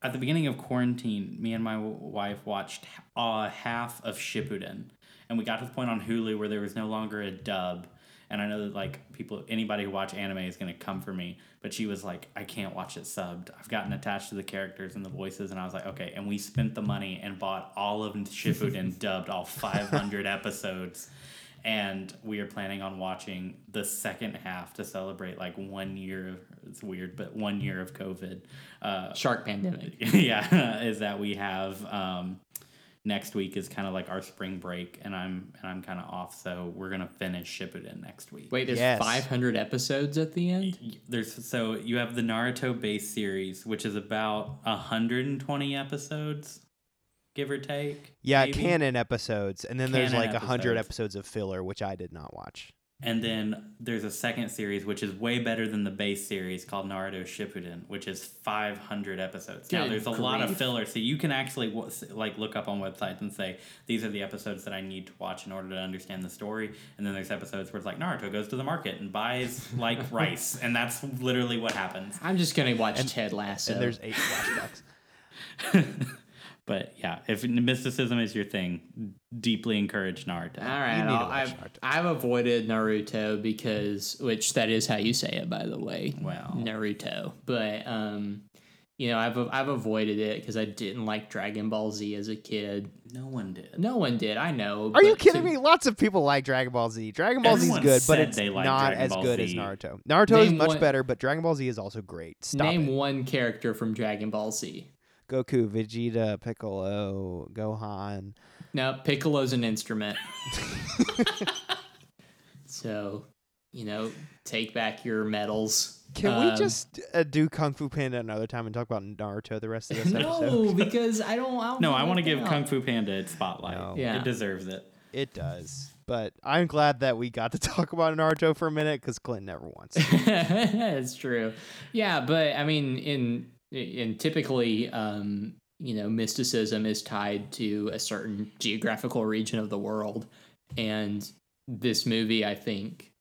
Speaker 4: at the beginning of quarantine, me and my w- wife watched h- uh, half of Shippuden, and we got to the point on Hulu where there was no longer a dub. And I know that like people, anybody who watch anime is gonna come for me, but she was like, "I can't watch it subbed. I've gotten attached to the characters and the voices." And I was like, "Okay." And we spent the money and bought all of Shippuden dubbed, all five hundred episodes and we are planning on watching the second half to celebrate like one year of it's weird but one year of covid uh,
Speaker 3: shark pandemic
Speaker 4: yeah is that we have um, next week is kind of like our spring break and i'm and i'm kind of off so we're gonna finish shippuden next week
Speaker 3: Wait, there's
Speaker 2: Yes.
Speaker 3: 500 episodes at the end?
Speaker 4: there's so you have the naruto base series which is about 120 episodes give or take
Speaker 2: Yeah,
Speaker 4: maybe.
Speaker 2: canon episodes, and then there's
Speaker 4: Canon
Speaker 2: like a hundred episodes
Speaker 4: episodes.
Speaker 2: of filler, which I did not watch.
Speaker 4: And then there's a second series, which is way better than the base series called Naruto Shippuden, which is 500 episodes. now,
Speaker 3: Good
Speaker 4: there's a lot of
Speaker 3: grief.
Speaker 4: filler, so you can actually wa- s- like look up on websites and say these are the episodes that I need to watch in order to understand the story. And then there's episodes where it's like Naruto goes to the market and buys like rice, and that's literally what happens.
Speaker 3: I'm just gonna watch Ted
Speaker 4: Oh.
Speaker 3: Lasso.
Speaker 2: And there's eight flashbacks.
Speaker 4: But yeah, if mysticism is your thing, deeply encourage Naruto.
Speaker 3: All right,
Speaker 2: You need to
Speaker 3: I'll-
Speaker 2: watch
Speaker 3: I've, I've avoided Naruto because, which that is how you say it, by the way.
Speaker 4: Wow.
Speaker 3: Naruto. But um, you know, I've I've avoided it because I didn't like Dragon Ball Z as a kid.
Speaker 4: No one did.
Speaker 3: No one did, I know.
Speaker 2: Are you
Speaker 3: but to-
Speaker 2: kidding me? Lots of people like Dragon Ball Z. Dragon Ball Z is
Speaker 4: Everyone
Speaker 2: good, but
Speaker 4: said
Speaker 2: it's
Speaker 4: they liked
Speaker 2: not
Speaker 4: Dragon
Speaker 2: as
Speaker 4: Ball
Speaker 2: good as
Speaker 4: Z.
Speaker 2: Naruto. Naruto is
Speaker 3: Name
Speaker 2: much
Speaker 3: one-
Speaker 2: better, but Dragon Ball Z is also great. Stop
Speaker 3: Name
Speaker 2: it.
Speaker 3: one character from Dragon Ball Z.
Speaker 2: Goku, Vegeta, Piccolo, Gohan.
Speaker 3: No, Piccolo's an instrument. so, you know, take back your medals.
Speaker 2: Can
Speaker 3: Um,
Speaker 2: we just uh, do Kung Fu Panda another time and talk about Naruto the rest of this
Speaker 3: No,
Speaker 2: episode?
Speaker 3: because I don't. I don't
Speaker 4: No, I want to give
Speaker 3: out.
Speaker 4: Kung Fu Panda its spotlight.
Speaker 2: No.
Speaker 3: Yeah.
Speaker 4: It deserves it.
Speaker 2: It does. But I'm glad that we got to talk about Naruto for a minute because Clint never wants. to.
Speaker 3: it's true yeah but i mean in in typically um you know mysticism is tied to a certain geographical region of the world and this movie i think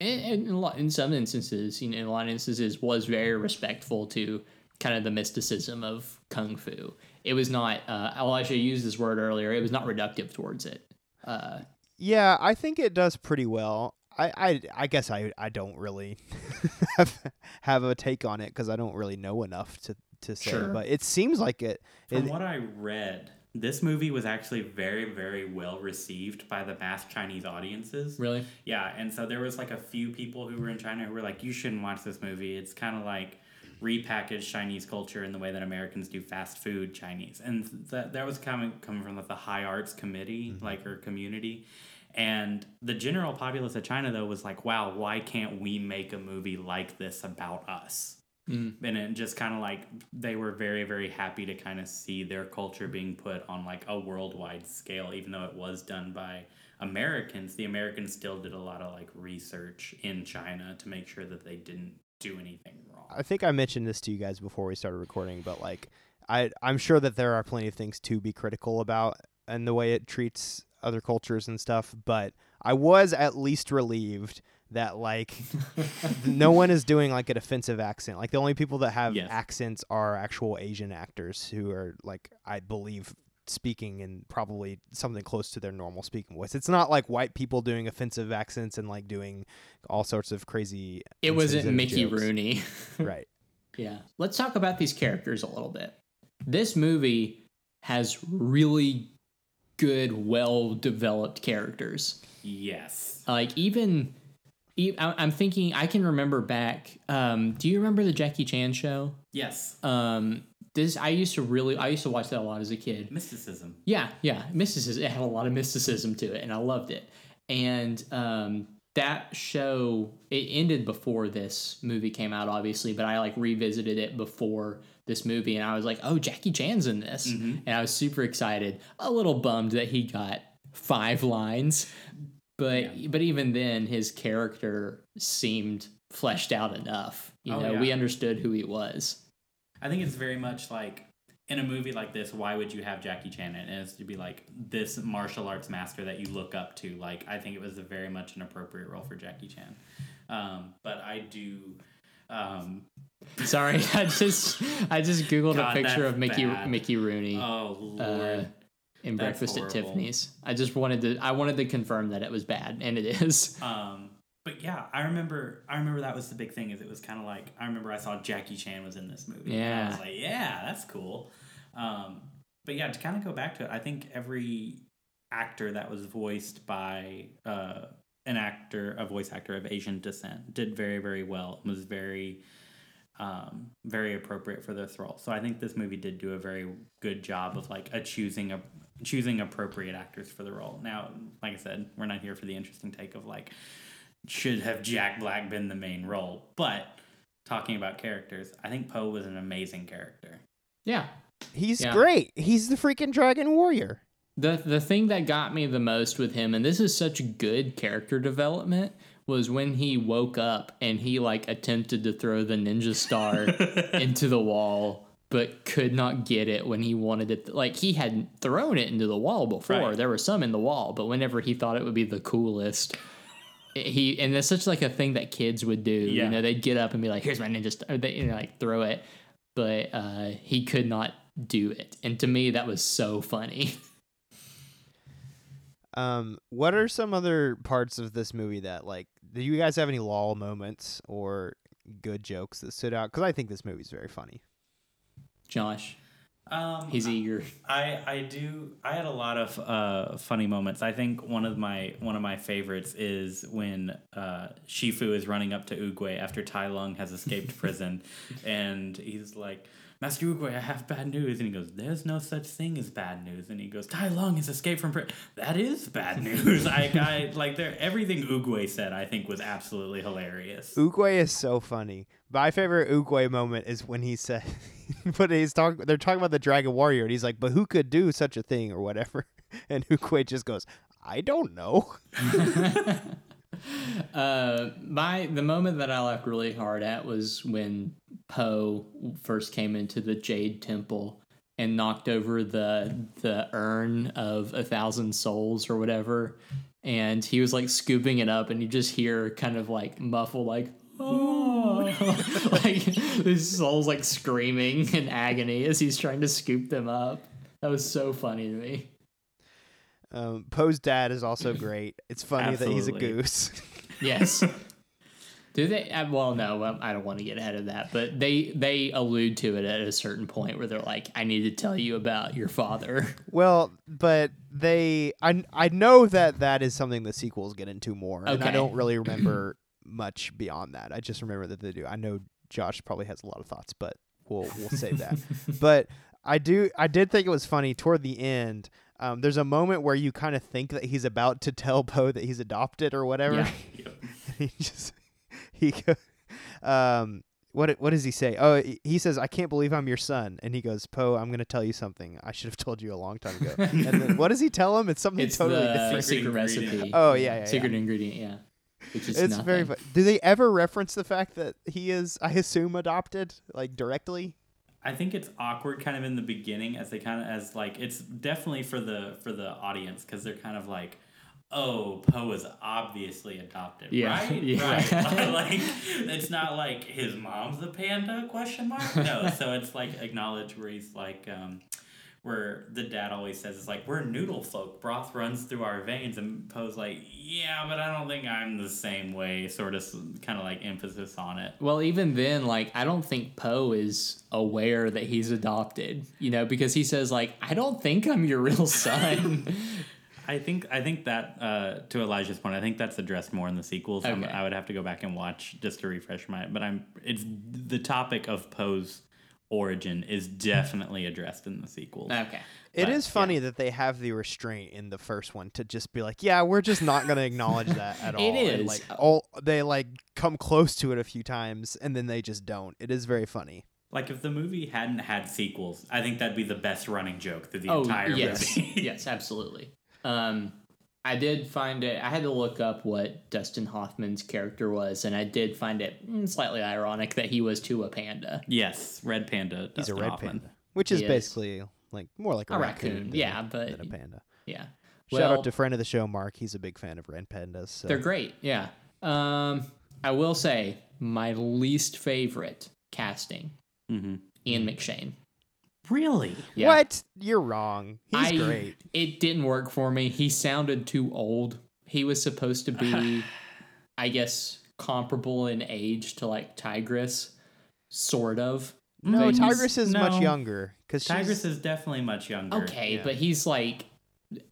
Speaker 3: in, in, a lot, in some instances you know in a lot of instances was very respectful to kind of the mysticism of kung fu it was not uh elijah used this word earlier it was not reductive towards it uh
Speaker 2: yeah, I think it does pretty well. I, I, I guess I, I don't really have, have a take on it because I don't really know enough to, to say.
Speaker 3: Sure.
Speaker 2: But it seems like it.
Speaker 4: From
Speaker 2: it-
Speaker 4: what I read, this movie was actually very, very well received by the mass Chinese audiences.
Speaker 3: really
Speaker 4: Yeah, and so there was like a few people who were in China who were like, "You shouldn't watch this movie. It's kind of like repackaged Chinese culture in the way that Americans do fast food Chinese." And that that was coming coming from like the high arts committee, like or community. And the general populace of China though was like, "Wow, why can't we make a movie like this about us?"
Speaker 3: Mm.
Speaker 4: And it just kind of like they were very very happy to kind of see their culture being put on like a worldwide scale, even though it was done by Americans, the Americans still did a lot of like research in China to make sure that they didn't do anything wrong.
Speaker 2: I think I mentioned this to you guys before we started recording, but like I I'm sure that there are plenty of things to be critical about and the way it treats other cultures and stuff, but I was at least relieved that like no one is doing like an offensive accent. Like the only people that have
Speaker 4: Yes.
Speaker 2: accents are actual Asian actors who are like I believe speaking in probably something close to their normal speaking voice. It's not like white people doing offensive accents and like doing all sorts of crazy
Speaker 3: it wasn't
Speaker 2: insensitive
Speaker 3: mickey
Speaker 2: jokes.
Speaker 3: rooney
Speaker 2: Right.
Speaker 3: Yeah. Let's talk about these characters a little bit. This movie has really good, well developed characters.
Speaker 4: Yes.
Speaker 3: Like, even. e- I- I'm thinking, I can remember back. Um, do you remember the Jackie Chan show?
Speaker 4: Yes.
Speaker 3: Um, this I used to really, I used to watch that a lot as a kid.
Speaker 4: Mysticism.
Speaker 3: Yeah, yeah, mysticism. It had a lot of mysticism to it, and I loved it. And um, that show it ended before this movie came out, obviously, but I like revisited it before this movie, and I was like, "Oh, Jackie Chan's in this,"
Speaker 4: Mm-hmm.
Speaker 3: and I was super excited. A little bummed that he got five lines, but but even then, his character seemed fleshed out enough. You
Speaker 4: Oh,
Speaker 3: know,
Speaker 4: yeah.
Speaker 3: we understood who he was.
Speaker 4: I think it's very much like in a movie like this, why would you have Jackie Chan in it? It's to be like this martial arts master that you look up to. Like, I think it was a very much an appropriate role for Jackie Chan. Um, but I do. Um,
Speaker 3: Sorry, I just I just googled
Speaker 4: God,
Speaker 3: a picture
Speaker 4: that's
Speaker 3: of Mickey
Speaker 4: bad.
Speaker 3: Mickey Rooney.
Speaker 4: oh, Lord.
Speaker 3: uh, in
Speaker 4: That's
Speaker 3: Breakfast at
Speaker 4: horrible.
Speaker 3: Tiffany's. I just wanted to I wanted to confirm that it was bad, and it is.
Speaker 4: Um, but yeah, I remember. I remember that was the big thing. Is it was kind of like I remember I saw Jackie Chan was in this movie. and I
Speaker 3: Yeah.
Speaker 4: was like, yeah, that's cool. Um, but yeah, to kind of go back to it, I think every actor that was voiced by uh, an actor, a voice actor of Asian descent, did very very well. and Was very um, very appropriate for this role. So I think this movie did do a very good job of like a choosing a choosing appropriate actors for the role. Now, like I said, we're not here for the interesting take of like should have Jack Black been the main role, but talking about characters, I think Poe was an amazing character.
Speaker 3: Yeah.
Speaker 2: He's
Speaker 3: Yeah.
Speaker 2: great. He's the freaking dragon warrior.
Speaker 3: The the thing that got me the most with him, and this is such good character development, was when he woke up and he like attempted to throw the ninja star into the wall but could not get it when he wanted it like he had thrown it into the wall before
Speaker 4: Right.
Speaker 3: there were some in the wall but whenever he thought it would be the coolest he and that's such like a thing that kids would do
Speaker 4: Yeah.
Speaker 3: you know they'd get up and be like here's my ninja star they you know, like throw it but uh he could not do it and to me that was so funny
Speaker 2: Um, what are some other parts of this movie that like? Do you guys have any lol moments or good jokes that stood out? Because I think this movie's very funny.
Speaker 3: josh
Speaker 4: Um,
Speaker 3: he's eager
Speaker 4: I I do. I had a lot of uh, funny moments. I think one of my one of my favorites is when uh, Shifu is running up to Oogway after Tai Lung has escaped prison, and he's like. Master Oogway, I have bad news. And he goes, There's no such thing as bad news. And he goes, Tai Lung has escaped from prison. That is bad news. I, I like there everything Oogway said I think was absolutely hilarious.
Speaker 2: Uguay is so funny. My favorite Uguay moment is when he said, "But he's talking. They're talking about the Dragon Warrior, and he's like, "But who could do such a thing or whatever?" And Uguay just goes, "I don't know."
Speaker 3: Uh, my the moment that I laughed really hard at was when Poe first came into the Jade Temple and knocked over the the urn of a thousand souls or whatever, and he was like scooping it up, and you just hear kind of like muffled like. Oh, like these souls like screaming in agony as he's trying to scoop them up. That was so funny to me.
Speaker 2: Um, Poe's dad is also great. It's funny that he's a
Speaker 4: Absolutely.
Speaker 2: goose.
Speaker 3: Yes. Do they? uh, Well, no, um, I don't want to get ahead of that, but they they allude to it at a certain point where they're like, "I need to tell you about your father."
Speaker 2: Well, but they, I, I know that that is something the sequels get into more, and I
Speaker 3: Okay.
Speaker 2: don't really remember much beyond that. I just remember that they do. I know Josh probably has a lot of thoughts, but we'll we'll save that. but I do, I did think it was funny toward the end. Um, there's a moment where you kind of think that he's about to tell Poe that he's adopted or whatever.
Speaker 3: Yeah.
Speaker 2: he just he goes, um, what what does he say? Oh, he- he says, "I can't believe I'm your son," and he goes, "Poe, I'm going to tell you something. I should have told you a long time ago." and then what does he tell him? It's something
Speaker 3: It's
Speaker 2: totally
Speaker 3: the
Speaker 2: different.
Speaker 3: secret,
Speaker 4: Secret ingredient.
Speaker 3: recipe.
Speaker 2: Oh, yeah, yeah,
Speaker 3: secret ingredient. Yeah, which is
Speaker 2: It's very.
Speaker 3: nothing.
Speaker 2: Fu- Do they ever reference the fact that he is, I assume, adopted like directly?
Speaker 4: I think it's awkward kind of in the beginning as they kind of as like it's definitely for the for the audience because they're kind of like oh Poe is obviously adopted
Speaker 3: Yeah,
Speaker 4: right
Speaker 3: yeah.
Speaker 4: right like it's not like his mom's a panda question mark no so it's like acknowledge where he's like um where the dad always says it's like we're noodle folk broth runs through our veins and Poe's like yeah but I don't think I'm the same way sort of kind of like emphasis on it
Speaker 3: Well, even then, like I don't think Poe is aware that he's adopted. You know, because he says like, "I don't think I'm your real son."
Speaker 4: I think I think that uh, to Elijah's point, I think that's addressed more in the sequels. I'm-
Speaker 3: Okay.
Speaker 4: I would have to go back and watch just to refresh my. But I'm it's the topic of Poe's origin is definitely addressed in the sequels.
Speaker 3: okay.
Speaker 2: It is
Speaker 4: But,
Speaker 2: funny that they have the restraint in the first one to just be like, yeah, we're just not going to acknowledge that at all. And
Speaker 3: is.
Speaker 2: like all they like come close to it a few times and then they just don't. It is very funny.
Speaker 4: Like if the movie hadn't had sequels, I think that'd be the best running joke through the entire
Speaker 3: Oh, yes.
Speaker 4: movie.
Speaker 3: yes, absolutely. Um, I did find it. I had to look up what Dustin Hoffman's character was, and I did find it mm, slightly ironic that he was to a panda,
Speaker 4: yes, Red Panda.
Speaker 2: He's
Speaker 4: Dustin
Speaker 2: a red
Speaker 4: Hoffman.
Speaker 2: panda, which is
Speaker 3: He is.
Speaker 2: basically like more like a,
Speaker 3: a
Speaker 2: raccoon.
Speaker 3: raccoon.
Speaker 2: than a-
Speaker 3: Yeah, but
Speaker 2: than a panda.
Speaker 3: yeah.
Speaker 2: Shout
Speaker 3: Well,
Speaker 2: out to friend of the show, Mark. He's a big fan of red pandas. So.
Speaker 3: They're great. Yeah. Um, I will say my least favorite casting,
Speaker 4: Mhm.
Speaker 3: Ian McShane.
Speaker 4: Really?
Speaker 3: Yeah.
Speaker 2: What? You're wrong. He's
Speaker 3: I-
Speaker 2: great.
Speaker 3: It didn't work for me. He sounded too old. He was supposed to be, I guess, comparable in age to like Tigress, sort of.
Speaker 2: No,
Speaker 3: But he's-
Speaker 2: Tigress is
Speaker 4: no.
Speaker 2: much younger because
Speaker 4: Tigress is definitely much younger.
Speaker 3: Okay,
Speaker 2: yeah.
Speaker 3: but he's like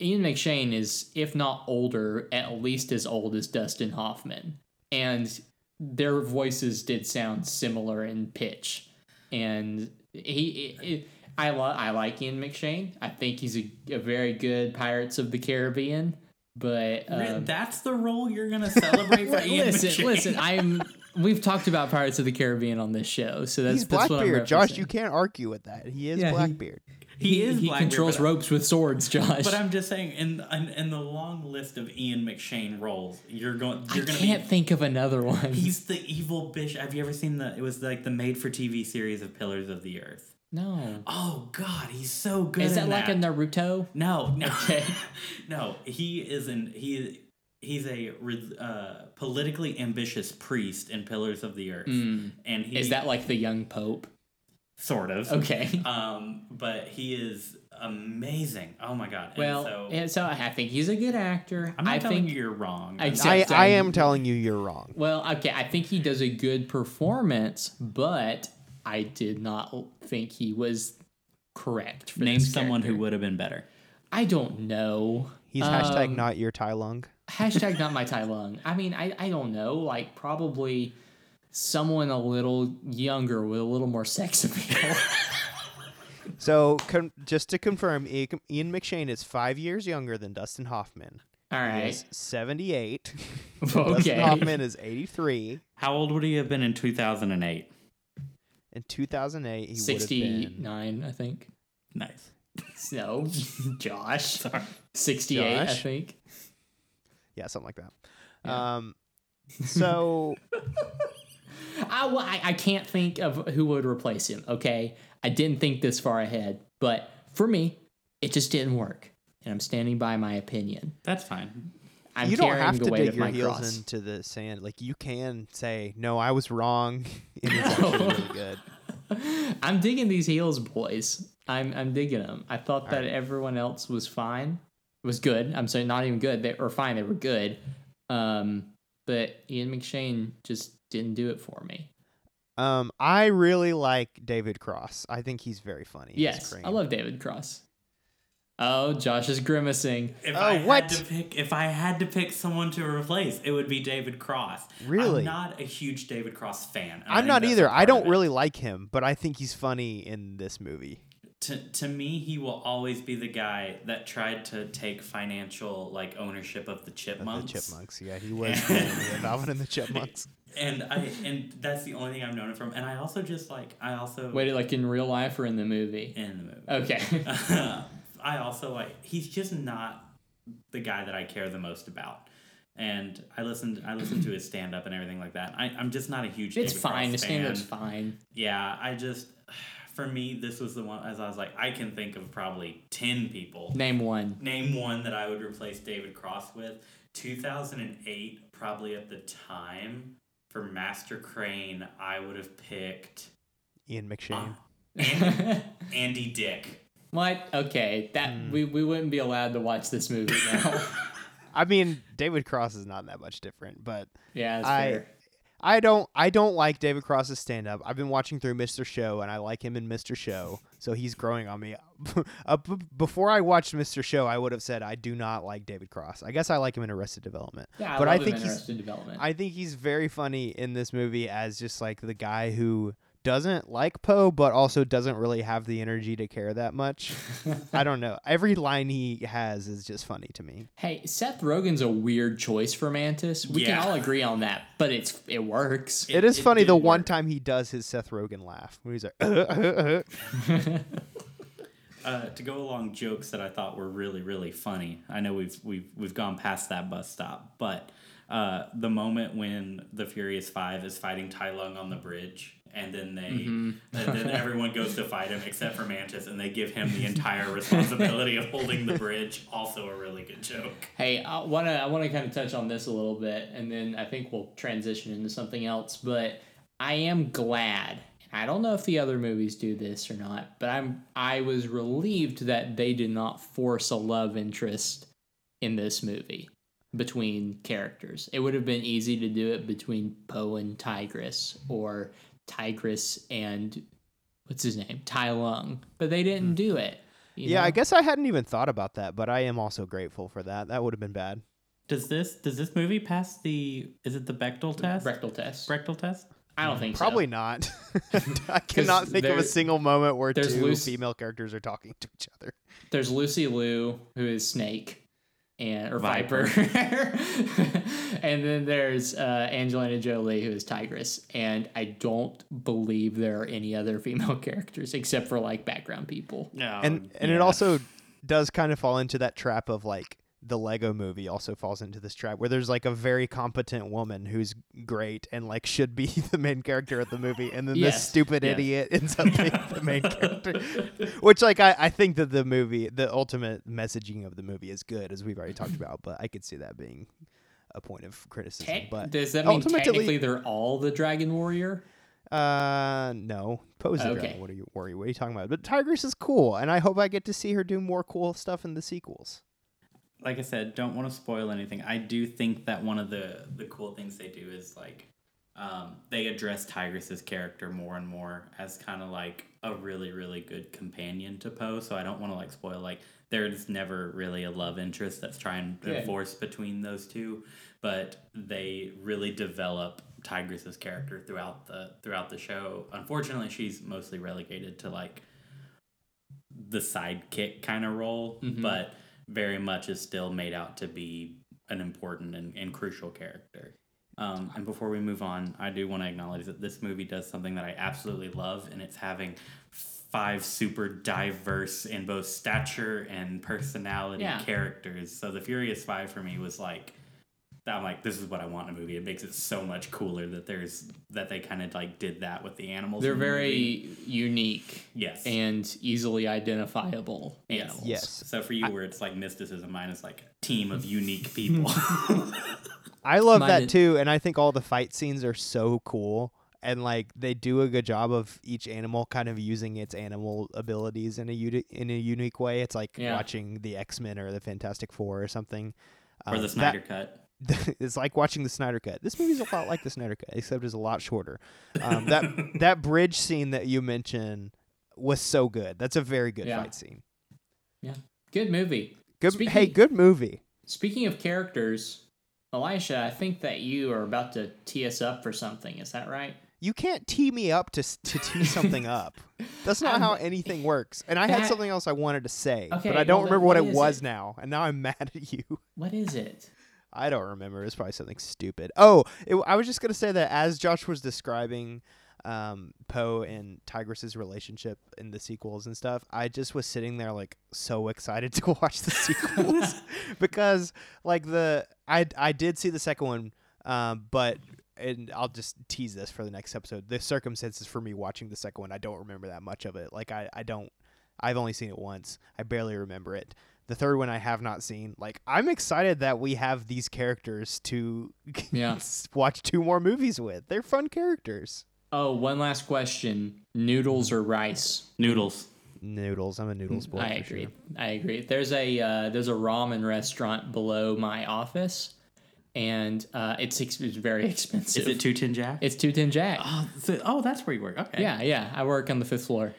Speaker 3: Ian McShane is, if not older, at least as old as Dustin Hoffman, and their voices did sound similar in pitch. And he, i i I, lo- I like Ian McShane. I think he's a, a very good Pirates of the Caribbean. But
Speaker 4: Re-
Speaker 3: um,
Speaker 4: That's the role you're gonna celebrate for Ian
Speaker 3: listen,
Speaker 4: McShane?
Speaker 3: listen, I'm. We've talked about Pirates of the Caribbean on this show, so that's
Speaker 2: He's
Speaker 3: that's what I'm
Speaker 2: Blackbeard. Josh, you
Speaker 3: referencing.
Speaker 2: can't argue with that. He is
Speaker 3: Yeah, he-
Speaker 2: Blackbeard.
Speaker 4: He, is
Speaker 3: he
Speaker 4: Blackbeard,
Speaker 3: controls
Speaker 4: but-
Speaker 3: ropes with swords, Josh.
Speaker 4: But I'm just saying, in, in in the long list of Ian McShane roles, you're going.
Speaker 3: I
Speaker 4: You're gonna
Speaker 3: can't
Speaker 4: be.
Speaker 3: think of another one.
Speaker 4: He's the evil bishop. Have you ever seen the? It was like the made-for-TV series of Pillars of the Earth.
Speaker 3: no.
Speaker 4: Oh God, he's so good.
Speaker 3: Is that
Speaker 4: in
Speaker 3: like a Naruto?
Speaker 4: No, no,
Speaker 3: Okay.
Speaker 4: no. He is an he. He's a re- uh, politically ambitious priest in Pillars of the Earth, and he
Speaker 3: Hmm. Is that like the young pope?
Speaker 4: sort of
Speaker 3: Okay.
Speaker 4: Um, but he is amazing. Oh my god! And
Speaker 3: well,
Speaker 4: so,
Speaker 3: and so I think he's a good actor.
Speaker 4: I'm not
Speaker 3: I
Speaker 4: telling
Speaker 3: think
Speaker 4: you you're wrong.
Speaker 3: I-
Speaker 4: I'm-
Speaker 2: I,
Speaker 3: Except
Speaker 2: I
Speaker 3: I'm-
Speaker 2: am telling you, you're wrong.
Speaker 3: Well, okay, I think he does a good performance, but I did not l- think he was correct. For
Speaker 4: name
Speaker 3: this
Speaker 4: someone who
Speaker 3: character.
Speaker 4: would have been better.
Speaker 3: I don't know.
Speaker 2: He's
Speaker 3: Um,
Speaker 2: hashtag not your Tai Lung.
Speaker 3: Hashtag not my Tai Lung. I mean, I, I don't know. Like, probably someone a little younger with a little more sex appeal.
Speaker 2: So con- just to confirm, I- Ian McShane is five years younger than Dustin Hoffman.
Speaker 3: All
Speaker 2: He
Speaker 3: right.
Speaker 2: is 78. Dustin
Speaker 3: Okay.
Speaker 2: Hoffman is 83.
Speaker 4: How old would he have been in 2008?
Speaker 2: In 2008, he would have been
Speaker 3: 69, I think.
Speaker 4: Nice.
Speaker 3: No, Josh. 68, I
Speaker 2: Josh?
Speaker 3: think.
Speaker 2: yeah, something like that. Um, so
Speaker 3: I, well, I, I can't think of who would replace him, okay? I didn't think this far ahead, but for me, it just didn't work. And I'm standing by my opinion.
Speaker 4: That's fine.
Speaker 3: I'm
Speaker 2: you don't
Speaker 3: carrying
Speaker 2: have
Speaker 3: the
Speaker 2: to
Speaker 3: weight
Speaker 2: dig
Speaker 3: of
Speaker 2: your
Speaker 3: my
Speaker 2: heels
Speaker 3: cross.
Speaker 2: into the sand. Like you can say, "No, I was wrong." and it's actually really good.
Speaker 3: I'm digging these heels, boys. I'm I'm digging them. I thought that everyone else was fine, was good. I'm sorry, not even good. They were fine. They were good. Um, but Ian McShane just didn't do it for me.
Speaker 2: Um, I really like David Cross. I think he's very funny. as
Speaker 3: Yes,
Speaker 2: Crane.
Speaker 3: I love David Cross. Oh, Josh is grimacing.
Speaker 4: If
Speaker 2: Oh,
Speaker 4: I
Speaker 2: what?
Speaker 4: Had to pick, if I had to pick someone to replace, it would be David Cross.
Speaker 2: Really?
Speaker 4: I'm not a huge David Cross fan. and I
Speaker 2: I'm
Speaker 4: think
Speaker 2: not
Speaker 4: that's
Speaker 2: either.
Speaker 4: a
Speaker 2: I
Speaker 4: part of
Speaker 2: don't
Speaker 4: it.
Speaker 2: really like him, but I think he's funny in this movie.
Speaker 4: to, to me he will always be the guy that tried to take financial like ownership of
Speaker 2: The
Speaker 4: the chipmunks,
Speaker 2: Chipmunks. Yeah, he was the enemy of Alvin and the Chipmunks.
Speaker 4: and i and that's the only thing i've known it from and i also just like i also
Speaker 3: Wait, like in real life or in the movie?
Speaker 4: in the movie
Speaker 3: Okay.
Speaker 4: i also like he's just not the guy that i care the most about and i listened i listened to his stand-up and everything like that I, i'm just not a huge
Speaker 3: It's
Speaker 4: David
Speaker 3: fine. The
Speaker 4: Cross fan.
Speaker 3: standard's fine.
Speaker 4: yeah i just for me this was the one as i was like i can think of probably 10 people
Speaker 3: Name one.
Speaker 4: name one that I would replace David Cross with. 2008, probably at the time for Master Crane, I would have picked
Speaker 2: Ian McShane.
Speaker 4: Ah. Andy Dick.
Speaker 3: What? Okay, that
Speaker 2: Hmm.
Speaker 3: we, we wouldn't be allowed to watch this movie now.
Speaker 2: I mean, David Cross is not that much different, but
Speaker 3: yeah, that's
Speaker 2: I-
Speaker 3: fair.
Speaker 2: I don't I don't like David Cross's stand up. I've been watching through Mr. Show and I like him in Mr. Show, so he's growing on me. Uh, b- before I watched Mr. Show, I would have said I do not like David Cross. I guess I like him in Arrested Development.
Speaker 3: Yeah, I
Speaker 2: but
Speaker 3: love
Speaker 2: I
Speaker 3: him
Speaker 2: think
Speaker 3: in
Speaker 2: he's
Speaker 3: Arrested development.
Speaker 2: I think he's very funny in this movie as just like the guy who doesn't like Poe but also doesn't really have the energy to care that much. I don't know. Every line he has is just funny to me.
Speaker 3: hey, Seth Rogen's a weird choice for Mantis. We
Speaker 4: Yeah.
Speaker 3: can all agree on that, but it's it works.
Speaker 2: it is
Speaker 4: it
Speaker 2: funny
Speaker 4: did
Speaker 2: the one
Speaker 4: work.
Speaker 2: time he does his Seth Rogen laugh where he's like
Speaker 4: Uh, to go along jokes that I thought were really really funny. I know we've we've we've gone past that bus stop, but uh, the moment when the Furious Five is fighting Tai Lung on the bridge. And then they, and then everyone goes to fight him except for Mantis, and they give him the entire responsibility of holding the bridge. Also, a really good joke.
Speaker 3: Hey, I want to I want to kind of touch on this a little bit, and then I think we'll transition into something else. But I am glad. and I don't know if the other movies do this or not, but I'm I was relieved that they did not force a love interest in this movie between characters. It would have been easy to do it between Poe and Tigress or Tigress and what's his name? Tai Lung. But they didn't do it. you
Speaker 2: Hmm. Yeah, I
Speaker 3: know?
Speaker 2: guess I hadn't even thought about that, but I am also grateful for that. That would have been bad.
Speaker 4: Does this does this movie pass the is it the Bechtel test?
Speaker 3: Rectal test.
Speaker 4: Brechtel test?
Speaker 3: I don't think so.
Speaker 2: Probably not. I cannot think of
Speaker 3: there-
Speaker 2: a single moment where
Speaker 3: there's
Speaker 2: two
Speaker 3: loose-
Speaker 2: female characters are talking to each other.
Speaker 3: there's Lucy Liu, who is Snake, and or Viper, and then there's uh, Angelina Jolie who is Tigress, and I don't believe there are any other female characters except for like background people.
Speaker 4: No,
Speaker 2: and and it
Speaker 4: yeah.
Speaker 2: also does kind of fall into that trap of like the Lego movie also falls into this trap where there's like a very competent woman who's great and like should be the main character of the movie and then this
Speaker 3: Yes,
Speaker 2: stupid
Speaker 4: yes.
Speaker 2: idiot ends up being the main character which like I, I think that the movie the ultimate messaging of the movie is good as we've already talked about but I could see that being a point of criticism
Speaker 3: Tec-
Speaker 2: but
Speaker 3: Eh, does that mean
Speaker 2: ultimately-
Speaker 3: technically they're all the Dragon Warrior?
Speaker 2: uh, no. Pose the
Speaker 3: Okay.
Speaker 2: dragon. What are you worried? What are you talking about? But Tigress is cool, and I hope I get to see her do more cool stuff in the sequels.
Speaker 4: like I said, don't want to spoil anything. I do think that one of the the cool things they do is like um, they address Tigress's character more and more as kind of like a really really good companion to Poe. So I don't want to like spoil like there's never really a love interest that's trying to
Speaker 3: Yeah.
Speaker 4: force between those two, but they really develop Tigress's character throughout the throughout the show. Unfortunately, she's mostly relegated to like the sidekick kind of role,
Speaker 3: Mm-hmm.
Speaker 4: but very much is still made out to be an important and, and crucial character. Um, and before we move on, I do want to acknowledge that this movie does something that I absolutely love, and it's having five super diverse in both stature and personality
Speaker 3: Yeah.
Speaker 4: characters. So the Furious Five for me was like that I'm like, this is what I want in a movie. It makes it so much cooler that there's that they kind of like did that with the animals.
Speaker 3: They're
Speaker 4: in the movie.
Speaker 3: very unique
Speaker 4: yes.
Speaker 3: and easily identifiable
Speaker 4: Yes.
Speaker 3: animals.
Speaker 2: Yes.
Speaker 4: so for you, where it's like mysticism, mine is like team of unique people.
Speaker 3: Oh,
Speaker 2: I love
Speaker 3: Mine
Speaker 2: that
Speaker 3: is-
Speaker 2: too, and I think all the fight scenes are so cool. And like they do a good job of each animal kind of using its animal abilities in a uni- in a unique way. It's like
Speaker 3: Yeah.
Speaker 2: watching the X Men or the Fantastic Four or something.
Speaker 4: or
Speaker 2: Um,
Speaker 4: the
Speaker 2: that-
Speaker 4: Snyder Cut.
Speaker 2: it's like watching the Snyder Cut. This movie's a lot like the Snyder Cut, except it's a lot shorter. Um, that that bridge scene that you mentioned was so good. That's a very good
Speaker 3: Yeah.
Speaker 2: fight scene.
Speaker 3: Yeah. Good movie.
Speaker 2: Good.
Speaker 3: Speaking-
Speaker 2: hey, good movie.
Speaker 3: Speaking of characters, Elisha, I think that you are about to tee us up for something. Is that right?
Speaker 2: You can't tee me up to s- to tee something up. That's not how anything works. And I had
Speaker 3: That-
Speaker 2: something else I wanted to say,
Speaker 3: Okay,
Speaker 2: but I
Speaker 3: well
Speaker 2: don't
Speaker 3: then
Speaker 2: remember
Speaker 3: what
Speaker 2: what, it
Speaker 3: is
Speaker 2: was
Speaker 3: it?
Speaker 2: now. And now I'm mad at you.
Speaker 3: What is it?
Speaker 2: I don't remember. It's probably something stupid. Oh, it, I was just gonna say that as Josh was describing um, Poe and Tigress's relationship in the sequels and stuff, I just was sitting there like so excited to watch the sequels because like the I I did see the second one, um, but and I'll just tease this for the next episode. The circumstances for me watching the second one, I don't remember that much of it. Like I I don't I've only seen it once. I barely remember it. The third one I have not seen. Like I'm excited that we have these characters to
Speaker 3: Yeah.
Speaker 2: watch two more movies with. They're fun characters.
Speaker 3: Oh, one last question. Noodles or rice?
Speaker 4: Noodles.
Speaker 2: Noodles. I'm a noodles boy.
Speaker 3: Mm, I
Speaker 2: for
Speaker 3: agree.
Speaker 2: Sure.
Speaker 3: I agree. There's a uh, there's a ramen restaurant below my office, and uh, it's ex- it's very expensive.
Speaker 4: Is it two tin jack?
Speaker 3: it's two ten jack.
Speaker 4: oh, so, oh, that's where you work. Okay.
Speaker 3: Yeah, yeah. I work on the fifth floor.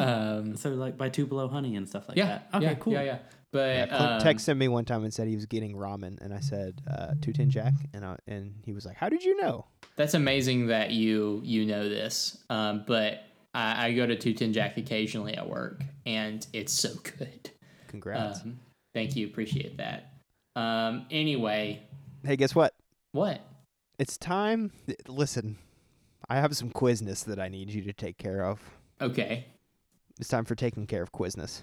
Speaker 3: um,
Speaker 4: So like by two below honey and stuff like
Speaker 3: yeah.
Speaker 4: that. Okay.
Speaker 3: yeah,
Speaker 4: cool.
Speaker 3: Yeah, yeah. But
Speaker 2: Yeah, Clint
Speaker 3: um,
Speaker 2: texted me one time and said he was getting ramen, and I said uh, two tin jack, and I, and he was like, "How did you know?"
Speaker 3: That's amazing that you you know this. Um, but I, I go to Two Ten Jack occasionally at work, and it's so good.
Speaker 2: Congrats.
Speaker 3: Um, thank you, appreciate that. Um, anyway,
Speaker 2: hey, guess what?
Speaker 3: what?
Speaker 2: It's time. th- Listen, I have some quizness that I need you to take care of.
Speaker 3: Okay,
Speaker 2: It's time for taking care of quizness.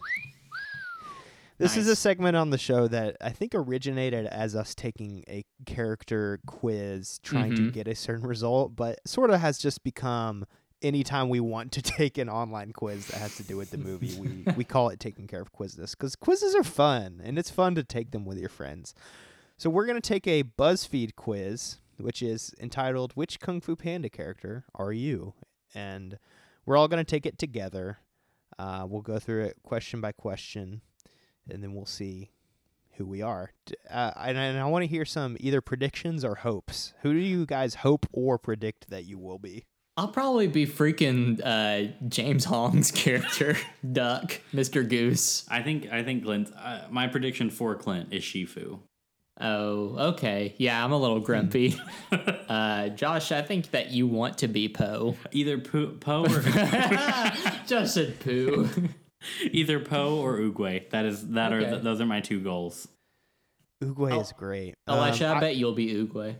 Speaker 2: This is a
Speaker 3: Nice.
Speaker 2: segment on the show that I think originated as us taking a character quiz, trying to
Speaker 3: Mhm.
Speaker 2: get a certain result, but sort of has just become anytime we want to take an online quiz that has to do with the movie, we, we call it taking care of quizness because quizzes are fun and it's fun to take them with your friends. So we're going to take a BuzzFeed quiz, which is entitled Which Kung Fu Panda character are you? And we're all going to take it together. Uh, we'll go through it question by question, and then we'll see who we are. D- Uh, and, and I want to hear some either predictions or hopes. Who do you guys hope or predict that you will be?
Speaker 3: I'll probably be freaking uh, James Hong's character, Duck, Mister Goose.
Speaker 4: I think I think Clint. Uh, my prediction for Clint is Shifu.
Speaker 3: Oh, okay. Yeah, I'm a little grumpy. uh, Josh, I think that you want to be Poe.
Speaker 4: Either Poe po or
Speaker 3: Josh said poo.
Speaker 4: either Poe or Uguay. That is that
Speaker 3: Okay.
Speaker 4: are th- those are my two goals.
Speaker 2: Uguay
Speaker 3: Oh,
Speaker 2: is great. Um,
Speaker 3: Elisha, I,
Speaker 2: I,
Speaker 3: bet you'll be Uguay.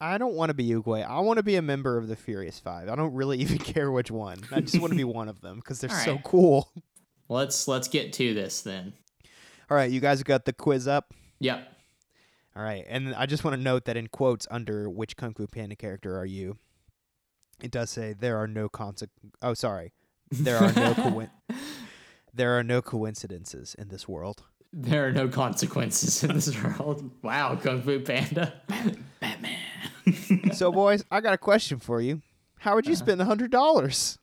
Speaker 2: I don't want to be Uguay. I want to be a member of the Furious Five. I don't really even care which one. I just want to be one of them because they're
Speaker 3: All
Speaker 2: so
Speaker 3: right.
Speaker 2: cool.
Speaker 3: Let's let's get to this then.
Speaker 2: All right, you guys got the quiz up.
Speaker 3: Yep.
Speaker 2: All right, and I just want to note that in quotes under which Kung Fu Panda character are you, it does say there are no conse- Oh, sorry, there are no coin- there are no coincidences in this world.
Speaker 3: There are no consequences in this world. Wow, Kung Fu Panda.
Speaker 2: so, boys, I got a question for you. How would you spend a hundred dollars?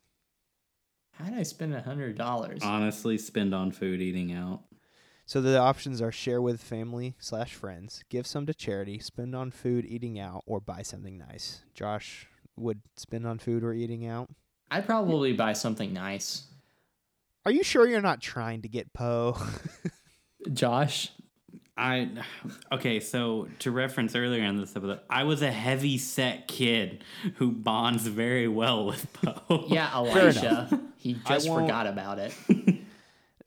Speaker 3: How did I spend a hundred dollars?
Speaker 2: Uh,
Speaker 4: Honestly, spend on food eating out.
Speaker 2: So the options are share with family slash friends, give some to charity, spend on food, eating out, or buy something nice. Josh would spend on food or eating out.
Speaker 3: I'd probably buy something nice.
Speaker 2: Are you sure you're not trying to get Poe?
Speaker 3: Josh,
Speaker 4: I okay. So to reference earlier in this episode, I was a heavy set kid who bonds very well with Poe.
Speaker 3: yeah,
Speaker 2: Fair enough.
Speaker 3: Elisha. He
Speaker 2: I
Speaker 3: just
Speaker 2: won't-
Speaker 3: forgot about it.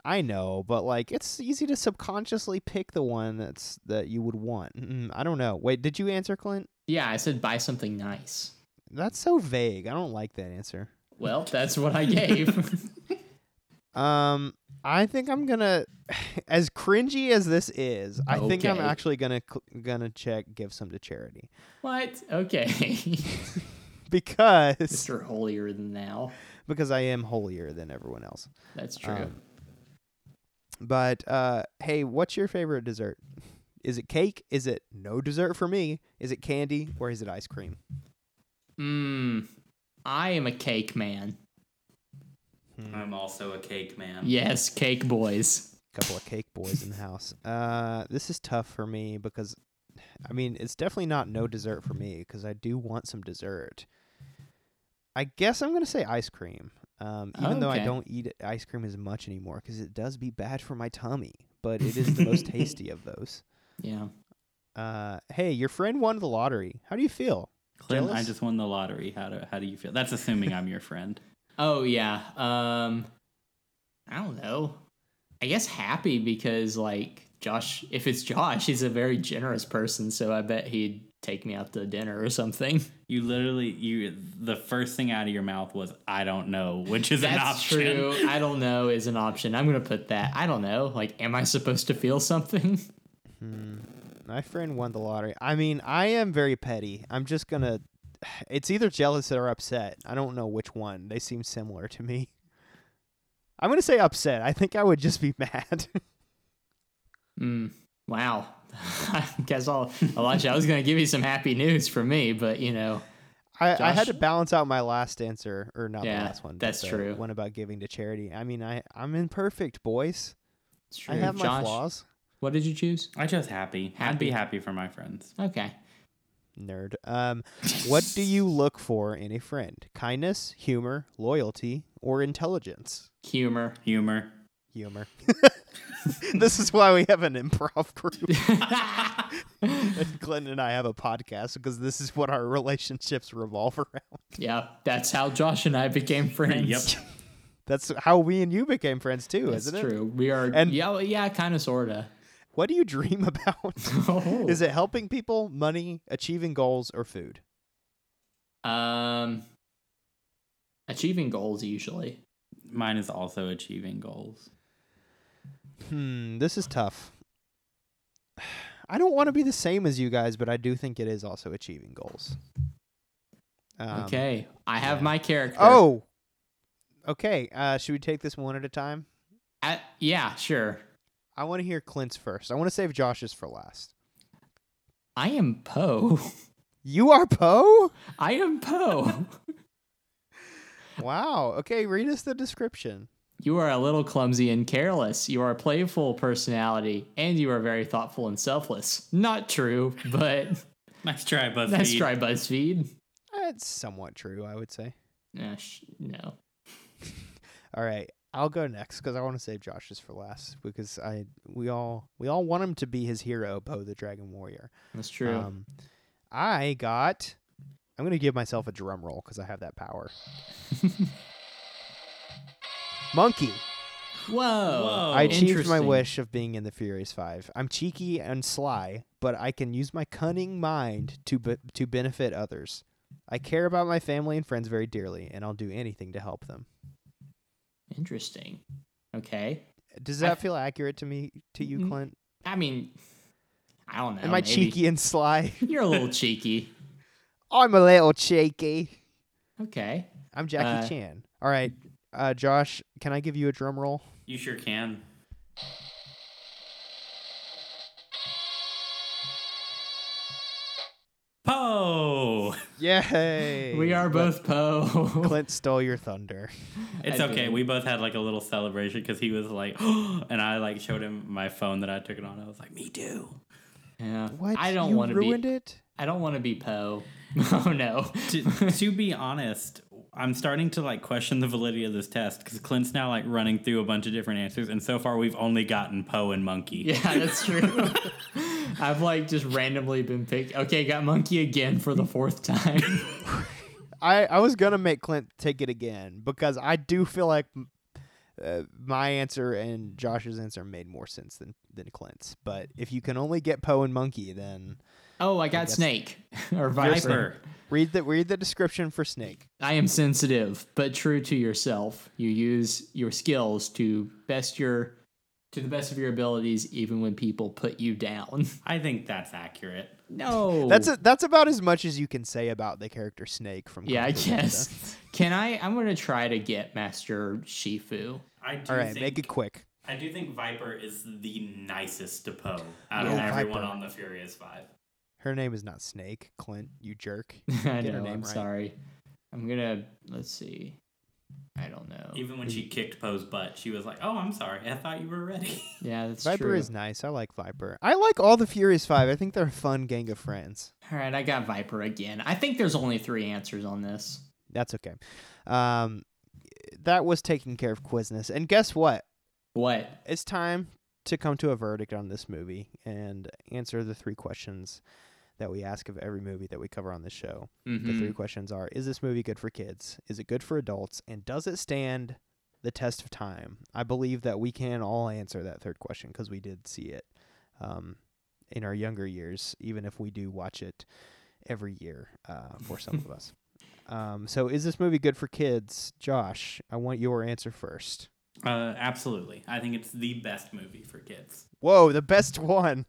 Speaker 2: I know, but like it's easy to subconsciously pick the one that's that you would want. Mm, I don't know. Wait, did you answer Clint?
Speaker 3: Yeah, I said buy something nice.
Speaker 2: That's so vague. I don't like that answer.
Speaker 3: Well, that's what I gave.
Speaker 2: Um, I think I'm gonna, as cringy as this is, I think I'm
Speaker 3: Okay.
Speaker 2: actually gonna cl- gonna check give some to charity
Speaker 3: what? Okay.
Speaker 2: because
Speaker 3: Mr. Holier than thou.
Speaker 2: because I am holier than everyone else.
Speaker 3: That's true.
Speaker 2: Um, But uh, hey, what's your favorite dessert? Is it cake? Is it no dessert for me? Is it candy or is it ice cream?
Speaker 3: Mm, I am a cake man.
Speaker 4: I'm also a cake man.
Speaker 3: Yes, cake boys.
Speaker 2: couple of cake boys in the house. Uh, this is tough for me because, I mean, it's definitely not no dessert for me because I do want some dessert. I guess I'm gonna say ice cream, um, even though I
Speaker 3: Okay.
Speaker 2: don't eat ice cream as much anymore because it does be bad for my tummy. But it is the most tasty of those.
Speaker 3: Yeah.
Speaker 2: Uh, hey, your friend won the lottery. How do you feel?
Speaker 4: Clint, I
Speaker 2: Jealous?
Speaker 4: just won the lottery. How do how do you feel? That's assuming I'm your friend.
Speaker 3: Oh yeah. Um I don't know. I guess happy because like Josh if it's Josh, he's a very generous person, so I bet he'd take me out to dinner or something.
Speaker 4: You literally you the first thing out of your mouth was I don't know, which is an
Speaker 3: That's
Speaker 4: option.
Speaker 3: true. I don't know is an option. I'm gonna put that. I don't know. Like, am I supposed to feel something?
Speaker 2: My friend won the lottery. I mean, I am very petty. I'm just gonna. It's either jealous or upset. I don't know which one. They seem similar to me. I'm gonna say upset. I think I would just be mad.
Speaker 3: Mm, wow. I guess I'll Elijah, I was gonna give you some happy news for me, but you know,
Speaker 2: I, I had
Speaker 3: Josh?
Speaker 2: to balance out my last answer, or not
Speaker 3: Yeah,
Speaker 2: the last one. but
Speaker 3: that's
Speaker 2: the
Speaker 3: true.
Speaker 2: One about giving to charity. I mean, I I'm imperfect, boys.
Speaker 3: it's true.
Speaker 2: I have my
Speaker 3: Josh,
Speaker 2: flaws.
Speaker 3: What did you choose?
Speaker 4: I just happy. I'd
Speaker 3: Happy.
Speaker 4: be happy for my friends.
Speaker 3: Okay.
Speaker 2: Nerd. Um, what do you look for in a friend? Kindness, humor, loyalty, or intelligence?
Speaker 3: Humor.
Speaker 4: Humor.
Speaker 2: humor. this is why we have an improv group. and Glenn and I have a podcast because this is what our relationships revolve around.
Speaker 3: Yeah, that's how Josh and I became friends.
Speaker 4: Yep.
Speaker 2: That's how we and you became friends too,
Speaker 3: That's
Speaker 2: isn't it?
Speaker 3: true. We are.
Speaker 2: And-
Speaker 3: yeah, well, yeah, kind of, sorta.
Speaker 2: What do you dream about?
Speaker 3: Oh.
Speaker 2: is it helping people, money, achieving goals, or food?
Speaker 3: Um, achieving goals usually.
Speaker 4: Mine is also achieving goals.
Speaker 2: Hmm, this is tough. I don't want to be the same as you guys, but I do think it is also achieving goals. Um,
Speaker 3: okay, I have my character.
Speaker 2: Oh. Okay. Uh, should we take this one at a time?
Speaker 3: I- yeah, sure.
Speaker 2: I want to hear Clint's first. I want to save Josh's for last.
Speaker 3: I am Poe.
Speaker 2: You are Poe?
Speaker 3: I am Poe.
Speaker 2: Wow. Okay, read us the description.
Speaker 3: You are a little clumsy and careless. You are a playful personality, and you are very thoughtful and selfless. Not true, but
Speaker 4: Nice try, BuzzFeed.
Speaker 3: let's try BuzzFeed.
Speaker 2: That's somewhat true, I would say.
Speaker 3: Nah, sh- no.
Speaker 2: All right. I'll go next because I want to save Josh's for last because I we all we all want him to be his hero, Poe the Dragon Warrior.
Speaker 3: That's true.
Speaker 2: Um, I got. I'm gonna give myself a drum roll because I have that power. Monkey.
Speaker 3: Whoa.
Speaker 2: I achieved my
Speaker 3: Oh, Interesting.
Speaker 2: wish of being in the Furious Five. I'm cheeky and sly, but I can use my cunning mind to be- to benefit others. I care about my family and friends very dearly, and I'll do anything to help them.
Speaker 3: Interesting. Okay.
Speaker 2: Does that feel accurate to me to you,
Speaker 3: Mm,
Speaker 2: Clint?
Speaker 3: I mean, I don't know.
Speaker 2: Am I
Speaker 3: Oh, maybe.
Speaker 2: cheeky and sly?
Speaker 3: You're a little cheeky.
Speaker 2: I'm a little cheeky.
Speaker 3: Okay.
Speaker 2: I'm Jackie
Speaker 3: Uh,
Speaker 2: Chan. All right, uh, Josh, can I give you a drum roll?
Speaker 4: You sure can. Poe!
Speaker 2: Yay!
Speaker 3: We are both Poe.
Speaker 2: Clint stole your thunder.
Speaker 4: It's
Speaker 3: I
Speaker 4: okay.
Speaker 3: did.
Speaker 4: We both had like a little celebration because he was like, and I like showed him my phone that I took it on. I was like, me too.
Speaker 3: yeah.
Speaker 2: What?
Speaker 3: I don't
Speaker 2: You
Speaker 3: want to be.
Speaker 2: ruined it.
Speaker 3: I don't want to be Poe. Oh no.
Speaker 4: to, to be honest, I'm starting to like question the validity of this test because Clint's now like running through a bunch of different answers, and so far we've only gotten Poe and Monkey.
Speaker 3: Yeah, that's true. I've like just randomly been picked. Okay, got monkey again for the fourth time.
Speaker 2: I, I was gonna make Clint take it again because I do feel like uh, my answer and Josh's answer made more sense than than Clint's. But if you can only get Poe and Monkey, then
Speaker 3: Oh, I got snake or viper.
Speaker 4: Viper.
Speaker 2: read the read the description for Snake.
Speaker 3: I am sensitive, but true to yourself. You use your skills to best your to the best of your abilities, even when people put you down.
Speaker 4: I think that's accurate.
Speaker 3: No,
Speaker 2: That's a, that's about as much as you can say about the character Snake from.
Speaker 3: yeah. I
Speaker 2: Kung Fu Panda.
Speaker 3: guess. Can I? I'm gonna try to get Master Shifu.
Speaker 4: I do
Speaker 2: All right,
Speaker 4: think,
Speaker 2: make it quick.
Speaker 4: I do think Viper is the nicest to Poe out of
Speaker 2: Yeah,
Speaker 4: everyone
Speaker 2: Viper.
Speaker 4: on the Furious Five.
Speaker 2: Her name is not Snake, Clint. You jerk.
Speaker 3: I
Speaker 2: Get her
Speaker 3: know.
Speaker 2: name
Speaker 3: I'm
Speaker 2: right.
Speaker 3: sorry. I'm gonna. Let's see. I don't know.
Speaker 4: Even when she
Speaker 2: Mm-hmm.
Speaker 4: kicked Poe's butt, she was like, "Oh, I'm sorry. I thought you were ready."
Speaker 3: yeah, that's
Speaker 2: Viper
Speaker 3: true.
Speaker 2: is nice. I like Viper. I like all the Furious Five. I think they're a fun gang of friends.
Speaker 3: All right, I got Viper again. I think there's only three answers on this.
Speaker 2: That's okay. Um, that was taking care of Quizness. And guess what?
Speaker 3: What?
Speaker 2: It's time to come to a verdict on this movie and answer the three questions that we ask of every movie that we cover on this show. The three
Speaker 3: Mhm.
Speaker 2: questions are Is this movie good for kids? Is it good for adults? And does it stand the test of time? I believe that we can all answer that third question because we did see it um, in our younger years, even if we do watch it every year uh, for some of us. Um, so, is this movie good for kids? Josh, I want your answer first.
Speaker 4: Uh, absolutely. I think it's the best movie for kids.
Speaker 2: Whoa, the best one.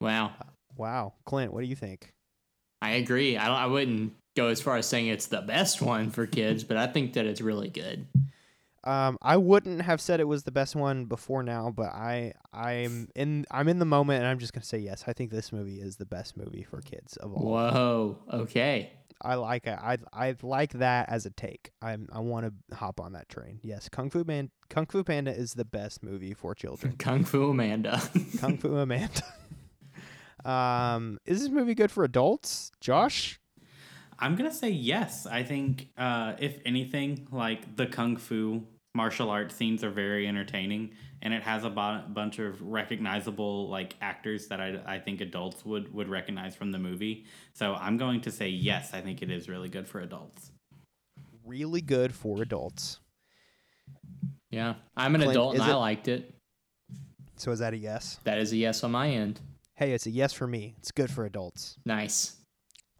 Speaker 3: Wow,
Speaker 2: Wow. Clint, what do you think?
Speaker 3: I agree. I don't. I wouldn't go as far as saying it's the best one for kids, but I think that it's really good.
Speaker 2: Um, I wouldn't have said it was the best one before now, but I I'm in I'm in the moment and I'm just gonna say yes. I think this movie is the best movie for kids of all.
Speaker 3: Whoa. Okay.
Speaker 2: I like it. I I like that as a take. I I want to hop on that train. Yes, Kung Fu Man Kung Fu Panda is the best movie for children.
Speaker 3: Kung Fu Amanda.
Speaker 2: Kung Fu Amanda. um, is this movie good for adults, Josh?
Speaker 4: I'm gonna say yes. I think uh, if anything, like the kung fu martial arts scenes are very entertaining, and it has a bo- bunch of recognizable like actors that I, I think adults would would recognize from the movie. So I'm going to say yes. I think it is really good for adults.
Speaker 2: Really good for adults.
Speaker 3: yeah, I'm an
Speaker 2: Clint,
Speaker 3: adult and
Speaker 2: is
Speaker 3: I
Speaker 2: it-
Speaker 3: liked it.
Speaker 2: So is that a yes?
Speaker 3: That is a yes on my end.
Speaker 2: Hey, it's a yes for me. It's good for adults.
Speaker 3: Nice.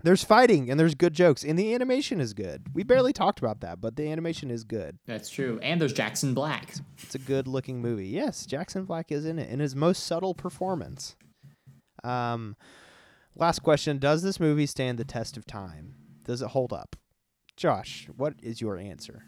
Speaker 2: There's fighting and there's good jokes and the animation is good. We barely talked about that, but the animation is good.
Speaker 3: That's true. And there's Jackson Black.
Speaker 2: It's a good looking movie. Yes, Jackson Black is in it in his most subtle performance. Um, last question: Does this movie stand the test of time? Does it hold up? Josh, what is your answer?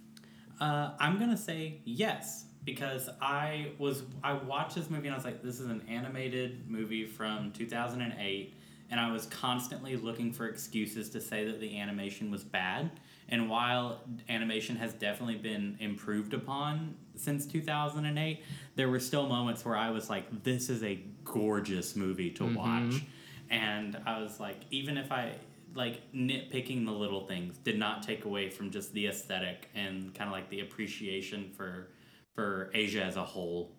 Speaker 4: Uh, I'm gonna say yes because I was I watched this movie and I was like, this is an animated movie from 2008, and I was constantly looking for excuses to say that the animation was bad. And while animation has definitely been improved upon since 2008, there were still moments where I was like, this is a gorgeous movie to watch. And I was like, even if I like nitpicking the little things did not take away from just the aesthetic and kind of like the appreciation for for Asia as a whole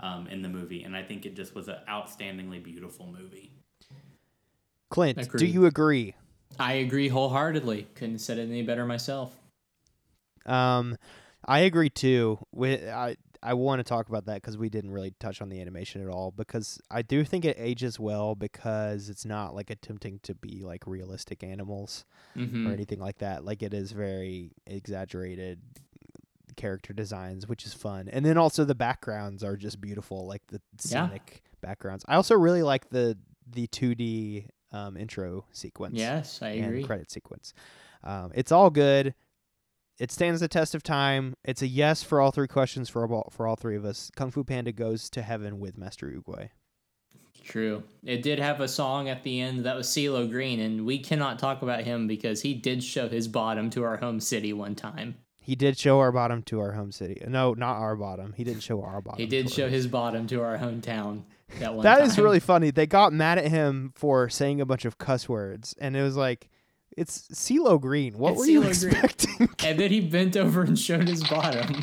Speaker 4: um, in the movie. And I think it just was an outstandingly beautiful movie.
Speaker 2: Clint, do
Speaker 3: Agreed.
Speaker 2: you agree?
Speaker 3: I agree wholeheartedly. Couldn't have said it any better myself.
Speaker 2: Um, I agree too. With I, I want to talk about that because we didn't really touch on the animation at all because I do think it ages well because it's not like attempting to be like realistic animals
Speaker 3: hmm
Speaker 2: or anything like that. Like it is very exaggerated character designs, which is fun. And then also the backgrounds are just beautiful, like the
Speaker 3: Yeah.
Speaker 2: scenic backgrounds. I also really like the the 2D um, intro sequence
Speaker 3: Yes, I
Speaker 2: and
Speaker 3: agree.
Speaker 2: credit sequence. Um, it's all good. It stands the test of time. It's a yes for all three questions for all, for all three of us. Kung Fu Panda goes to heaven with Master Uguay.
Speaker 3: True. It did have a song at the end that was CeeLo Green, and we cannot talk about him because he did show his bottom to our home city one time.
Speaker 2: He did show our bottom to our home city. No, not our bottom. He didn't show our bottom.
Speaker 3: He did
Speaker 2: to
Speaker 3: show
Speaker 2: our-
Speaker 3: his bottom to our hometown that one
Speaker 2: That is
Speaker 3: time.
Speaker 2: really funny. They got mad at him for saying a bunch of cuss words, and it was like, "It's CeeLo Green. What
Speaker 3: It's
Speaker 2: were you
Speaker 3: CeeLo Green.
Speaker 2: expecting?"
Speaker 3: And then he bent over and showed his bottom.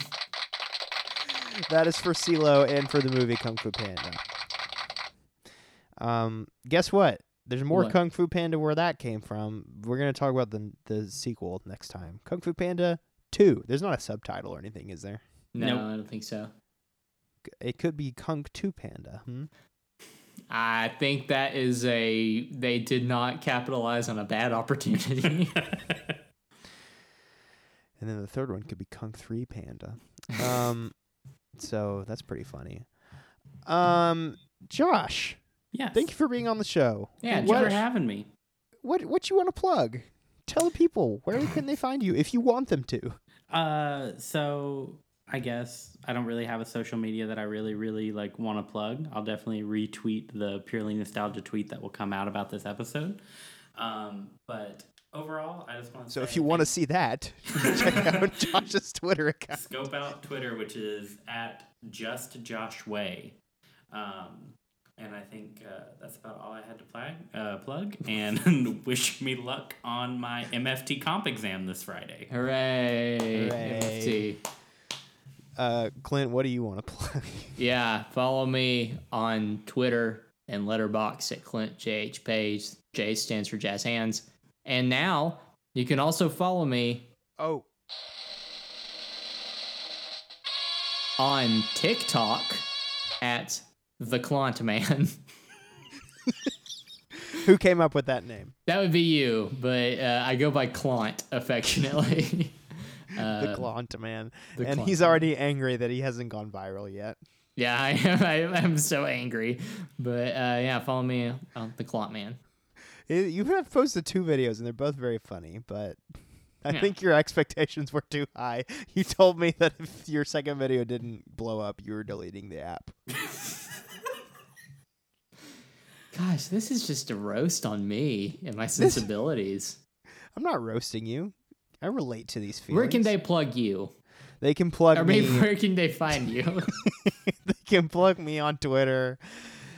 Speaker 2: that is for CeeLo and for the movie Kung Fu Panda. Um, guess what? There's more
Speaker 3: What?
Speaker 2: Kung Fu Panda where that came from. We're gonna talk about the the sequel next time. Kung Fu Panda Two. There's not a subtitle or anything, is there?
Speaker 3: No,
Speaker 4: Nope.
Speaker 3: I don't think so.
Speaker 2: It could be Kung Two Panda. Hmm?
Speaker 3: I think that is a they did not capitalize on a bad opportunity.
Speaker 2: And then the third one could be Kung 3 Panda. Um, so that's pretty funny. Um, Josh,
Speaker 4: yeah.
Speaker 2: thank you for being on the show.
Speaker 3: Yeah,
Speaker 4: Thank you
Speaker 2: what,
Speaker 4: for having me.
Speaker 2: what what you want to plug? Tell the people where can they find you if you want them to.
Speaker 4: Uh, so I guess I don't really have a social media that I really, really like want to plug. I'll definitely retweet the purely nostalgia tweet that will come out about this episode. Um, but overall, I just want to.
Speaker 2: So if you want to see that, check out Josh's Twitter account.
Speaker 4: scope out Twitter, which is at just Josh Way. Um, and I think uh, that's about all I had to plug. Uh, plug and wish me luck on my MFT comp exam this Friday.
Speaker 3: Hooray!
Speaker 2: Hooray.
Speaker 3: MFT.
Speaker 2: Uh, Clint, what do you want to plug?
Speaker 3: Yeah, follow me on Twitter and Letterbox at Clint JH Page. J stands for Jazz Hands. And now you can also follow me
Speaker 2: Oh,
Speaker 3: on TikTok at the Clont Man.
Speaker 2: who came up with that name?
Speaker 3: that would be you, but uh, I go by Clont affectionately.
Speaker 2: the Glaunt man.
Speaker 3: Uh, the
Speaker 2: and
Speaker 3: Glaunt
Speaker 2: he's already angry that he hasn't gone viral yet.
Speaker 3: yeah, I am. I, I'm so angry. But uh, yeah, follow me on the Clont Man.
Speaker 2: Eh, You have posted two videos and they're both very funny, but I
Speaker 3: Yeah.
Speaker 2: think your expectations were too high. You told me that if your second video didn't blow up, you were deleting the app.
Speaker 3: Gosh, this is just a roast on me and my sensibilities.
Speaker 2: I'm not roasting you. I relate to these feelings.
Speaker 3: Where can they plug you?
Speaker 2: They can plug
Speaker 3: Or
Speaker 2: me.
Speaker 3: maybe where can they find you?
Speaker 2: they can plug me on Twitter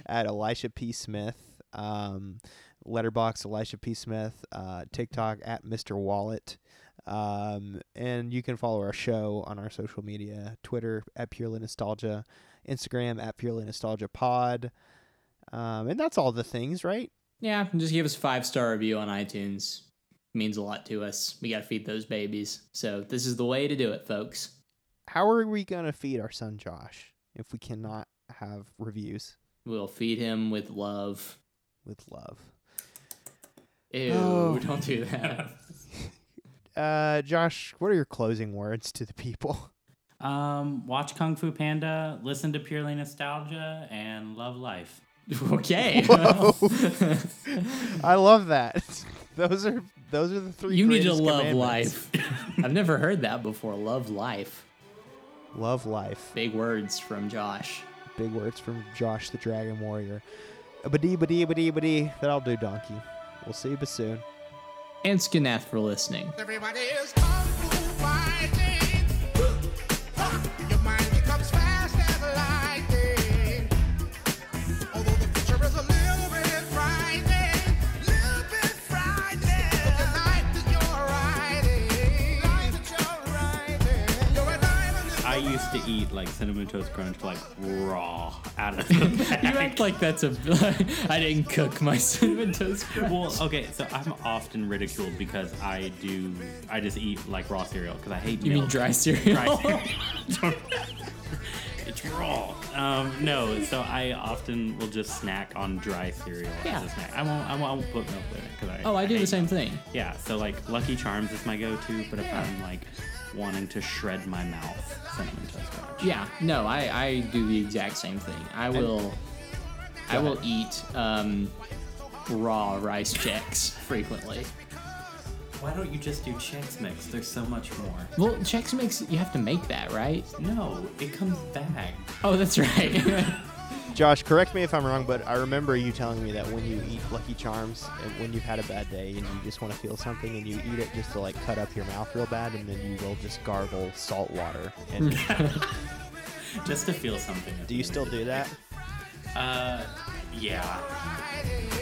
Speaker 2: at Elisha P. Smith. Um, letterbox Elisha P. Smith. Uh, TikTok at Mr. Wallet. Um, and you can follow our show on our social media Twitter at Purely Nostalgia, Instagram at Purely Nostalgia Pod. Um, and that's all the things, right?
Speaker 3: yeah, just give us a five star review on iTunes. It means a lot to us. We got to feed those babies. So this is the way to do it, folks.
Speaker 2: How are we going to feed our son Josh if we cannot have reviews
Speaker 3: We'll feed him with love.
Speaker 2: with love?
Speaker 3: Ew,
Speaker 2: Oh.
Speaker 3: don't do that.
Speaker 2: Uh, Josh, what are your closing words to the people?
Speaker 4: Um, watch Kung Fu Panda, listen to Purely Nostalgia, and love life.
Speaker 3: okay.
Speaker 2: I love that. Those are those are the three.
Speaker 3: you need to
Speaker 2: greatest
Speaker 3: love
Speaker 2: commandments.
Speaker 3: life. I've never heard that before. Love life.
Speaker 2: Love life.
Speaker 3: Big words from Josh.
Speaker 2: Big words from Josh the Dragon Warrior. Badee badee badee badee. That'll do, donkey. We'll see you soon.
Speaker 3: And Skanath for listening.
Speaker 5: Everybody is kung fu fighting. Your mind becomes fast as lightning. Although the future is a little bit frightening, little bit frightening. But the life that you're riding, life that you're riding, you're an island. in the
Speaker 4: I used to to eat like cinnamon toast crunch like raw out of the
Speaker 3: You
Speaker 4: bag.
Speaker 3: act like that's a. I didn't cook my cinnamon toast crunch.
Speaker 4: well, okay, so I'm often ridiculed because I do I just eat like raw cereal because I hate
Speaker 3: You mean
Speaker 4: milk.
Speaker 3: dry cereal?
Speaker 4: it's raw. Um, no, so I often will just snack on dry cereal as
Speaker 3: Yeah.
Speaker 4: a snack. I won't, I won't, I won't put milk in it because I.
Speaker 3: oh, I do
Speaker 4: hate
Speaker 3: the same thing.
Speaker 4: Yeah, so like Lucky Charms is my go-to, but
Speaker 3: Yeah.
Speaker 4: if I'm like wanting to shred my mouth, cinnamon toast crunch.
Speaker 3: Yeah, no, I, I do the exact same thing. I will, I will eat um, raw rice checks frequently.
Speaker 4: Why don't you just do Chex Mix? There's so much more.
Speaker 3: Well, Chex Mix, you have to make that, right?
Speaker 4: No, it comes back.
Speaker 3: Oh, that's right.
Speaker 2: Josh, correct me if I'm wrong, but I remember you telling me that when you eat Lucky Charms and when you've had a bad day and you just want to feel something and you eat it just to like cut up your mouth real bad and then you will just gargle salt water. And
Speaker 4: Just to feel something. at
Speaker 2: do
Speaker 4: the
Speaker 2: you
Speaker 4: end
Speaker 2: still
Speaker 4: of the
Speaker 2: do
Speaker 4: day.
Speaker 2: that?
Speaker 4: Uh, yeah.
Speaker 5: Friday.